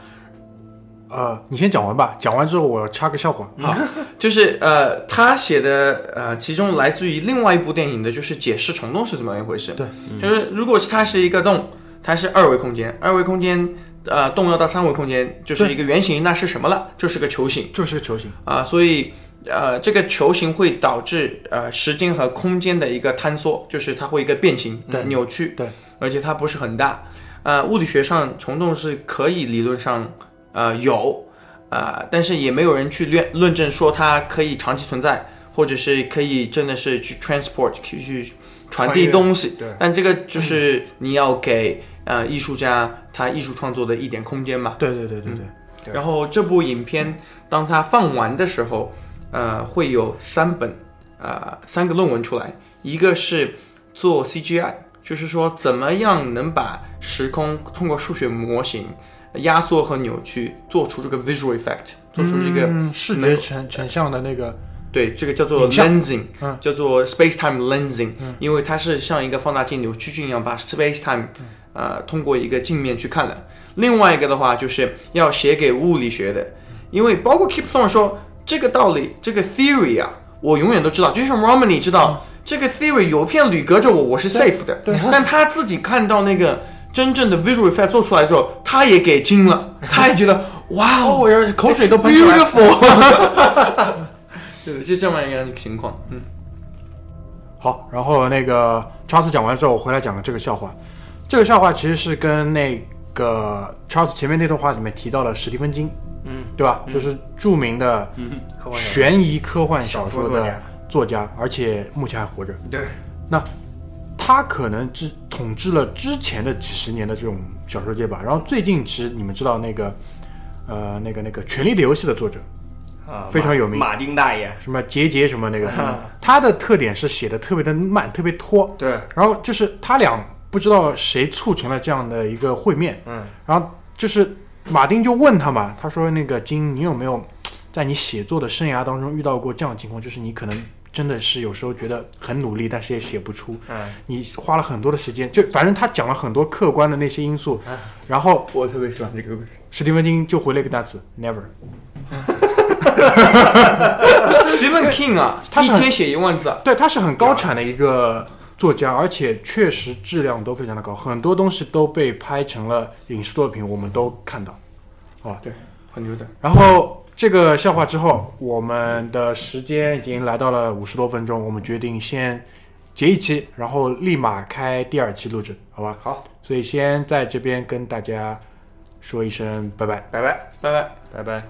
Speaker 1: 呃，你先讲完吧，讲完之后我插个效果。
Speaker 3: 就是呃，他写的呃，其中来自于另外一部电影的，就是解释虫洞是怎么一回事。
Speaker 1: 对，
Speaker 3: 就是如果是它是一个洞，它是二维空间，二维空间呃，动要到三维空间，就是一个圆形，那是什么了？就是个球形
Speaker 1: 就是个球形，
Speaker 3: 啊、所以呃，这个球形会导致呃时间和空间的一个坍缩，就是它会一个变形、
Speaker 1: 对
Speaker 3: 扭曲，
Speaker 1: 对，
Speaker 3: 而且它不是很大。呃，物理学上虫洞是可以理论上呃有，呃，但是也没有人去论论证说它可以长期存在，或者是可以真的是去 transport 去去传
Speaker 2: 穿
Speaker 3: 递
Speaker 2: 越
Speaker 3: 东西。
Speaker 2: 对嗯
Speaker 3: 但这个就是你要给呃艺术家他艺术创作的一点空间嘛。
Speaker 2: 嗯
Speaker 1: 对对对对对，
Speaker 2: 对
Speaker 3: 然后这部影片当它放完的时候，呃，会有三本呃三个论文出来，一个是做 CGI，就是说怎么样能把时空通过数学模型压缩和扭曲，做出这个 visual effect，做出这个、
Speaker 1: 嗯视觉成成像的那个，
Speaker 3: 对，这个叫做
Speaker 1: 影像
Speaker 3: lensing，、
Speaker 1: 嗯
Speaker 3: 叫做 space time lensing，、因为它是像一个放大镜扭曲镜一样把 space time，、呃，通过一个镜面去看了。另外一个的话，就是要写给物理学的，因为包括 Keep Thorne 说这个道理，这个 theory 啊，我永远都知道，就像 Romney 知道、这个 theory 有一片铝隔着我，我是 safe 的，但他自己看到那个真正的 visual effect 做出来的时候，他也给惊了，他也觉得哇哦，
Speaker 1: 哦，口水都喷出来了。
Speaker 3: Beautiful，对，是这么一个情况。嗯，
Speaker 1: 好，然后那个查 h 讲完之后，我回来讲个这个笑话。这个笑话其实是跟那个查 h 前面那段话里面提到了史蒂芬金，
Speaker 2: 嗯，
Speaker 1: 对吧？就是著名的
Speaker 2: 科幻小
Speaker 1: 悬疑科幻小
Speaker 2: 说
Speaker 1: 说
Speaker 2: 作
Speaker 1: 的
Speaker 2: 家，
Speaker 1: 作家，而且目前还活着。
Speaker 2: 对，
Speaker 1: 他可能之统治了之前的几十年的这种小说界吧。然后最近其实你们知道那个，呃，那个那个《权力的游戏》的作者，
Speaker 2: 啊，
Speaker 1: 非常有名
Speaker 2: 马马丁大爷，
Speaker 1: 什么杰杰什么那个
Speaker 2: 嗯，
Speaker 1: 他的特点是写的特别的慢，特别拖。
Speaker 2: 对，
Speaker 1: 然后就是他俩不知道谁促成了这样的一个会面，
Speaker 2: 嗯，
Speaker 1: 然后就是马丁就问他嘛，他说那个金，你有没有在你写作的生涯当中遇到过这样的情况？就是你可能真的是有时候觉得很努力，但是也写不出，
Speaker 2: 嗯，
Speaker 1: 你花了很多的时间，就反正他讲了很多客观的那些因素，
Speaker 2: 嗯
Speaker 1: 然后
Speaker 3: 我特别喜欢这个故事。
Speaker 1: 史蒂芬金就回了一个单词 never，
Speaker 3: Stephen King 啊，
Speaker 1: 他
Speaker 3: 一
Speaker 1: 是
Speaker 3: 天写一万字啊。
Speaker 1: 对，他是很高产的一个作家，而且确实质量都非常的高，很多东西都被拍成了影视作品，我们都看到。
Speaker 3: 对，很牛的。
Speaker 1: 然后这个笑话之后，我们的时间已经来到了五十多分钟，我们决定先截一期，然后立马开第二期录制，好吧？
Speaker 3: 好，
Speaker 1: 所以先在这边跟大家说一声拜拜。
Speaker 2: 拜拜，
Speaker 3: 拜拜。
Speaker 4: 拜拜。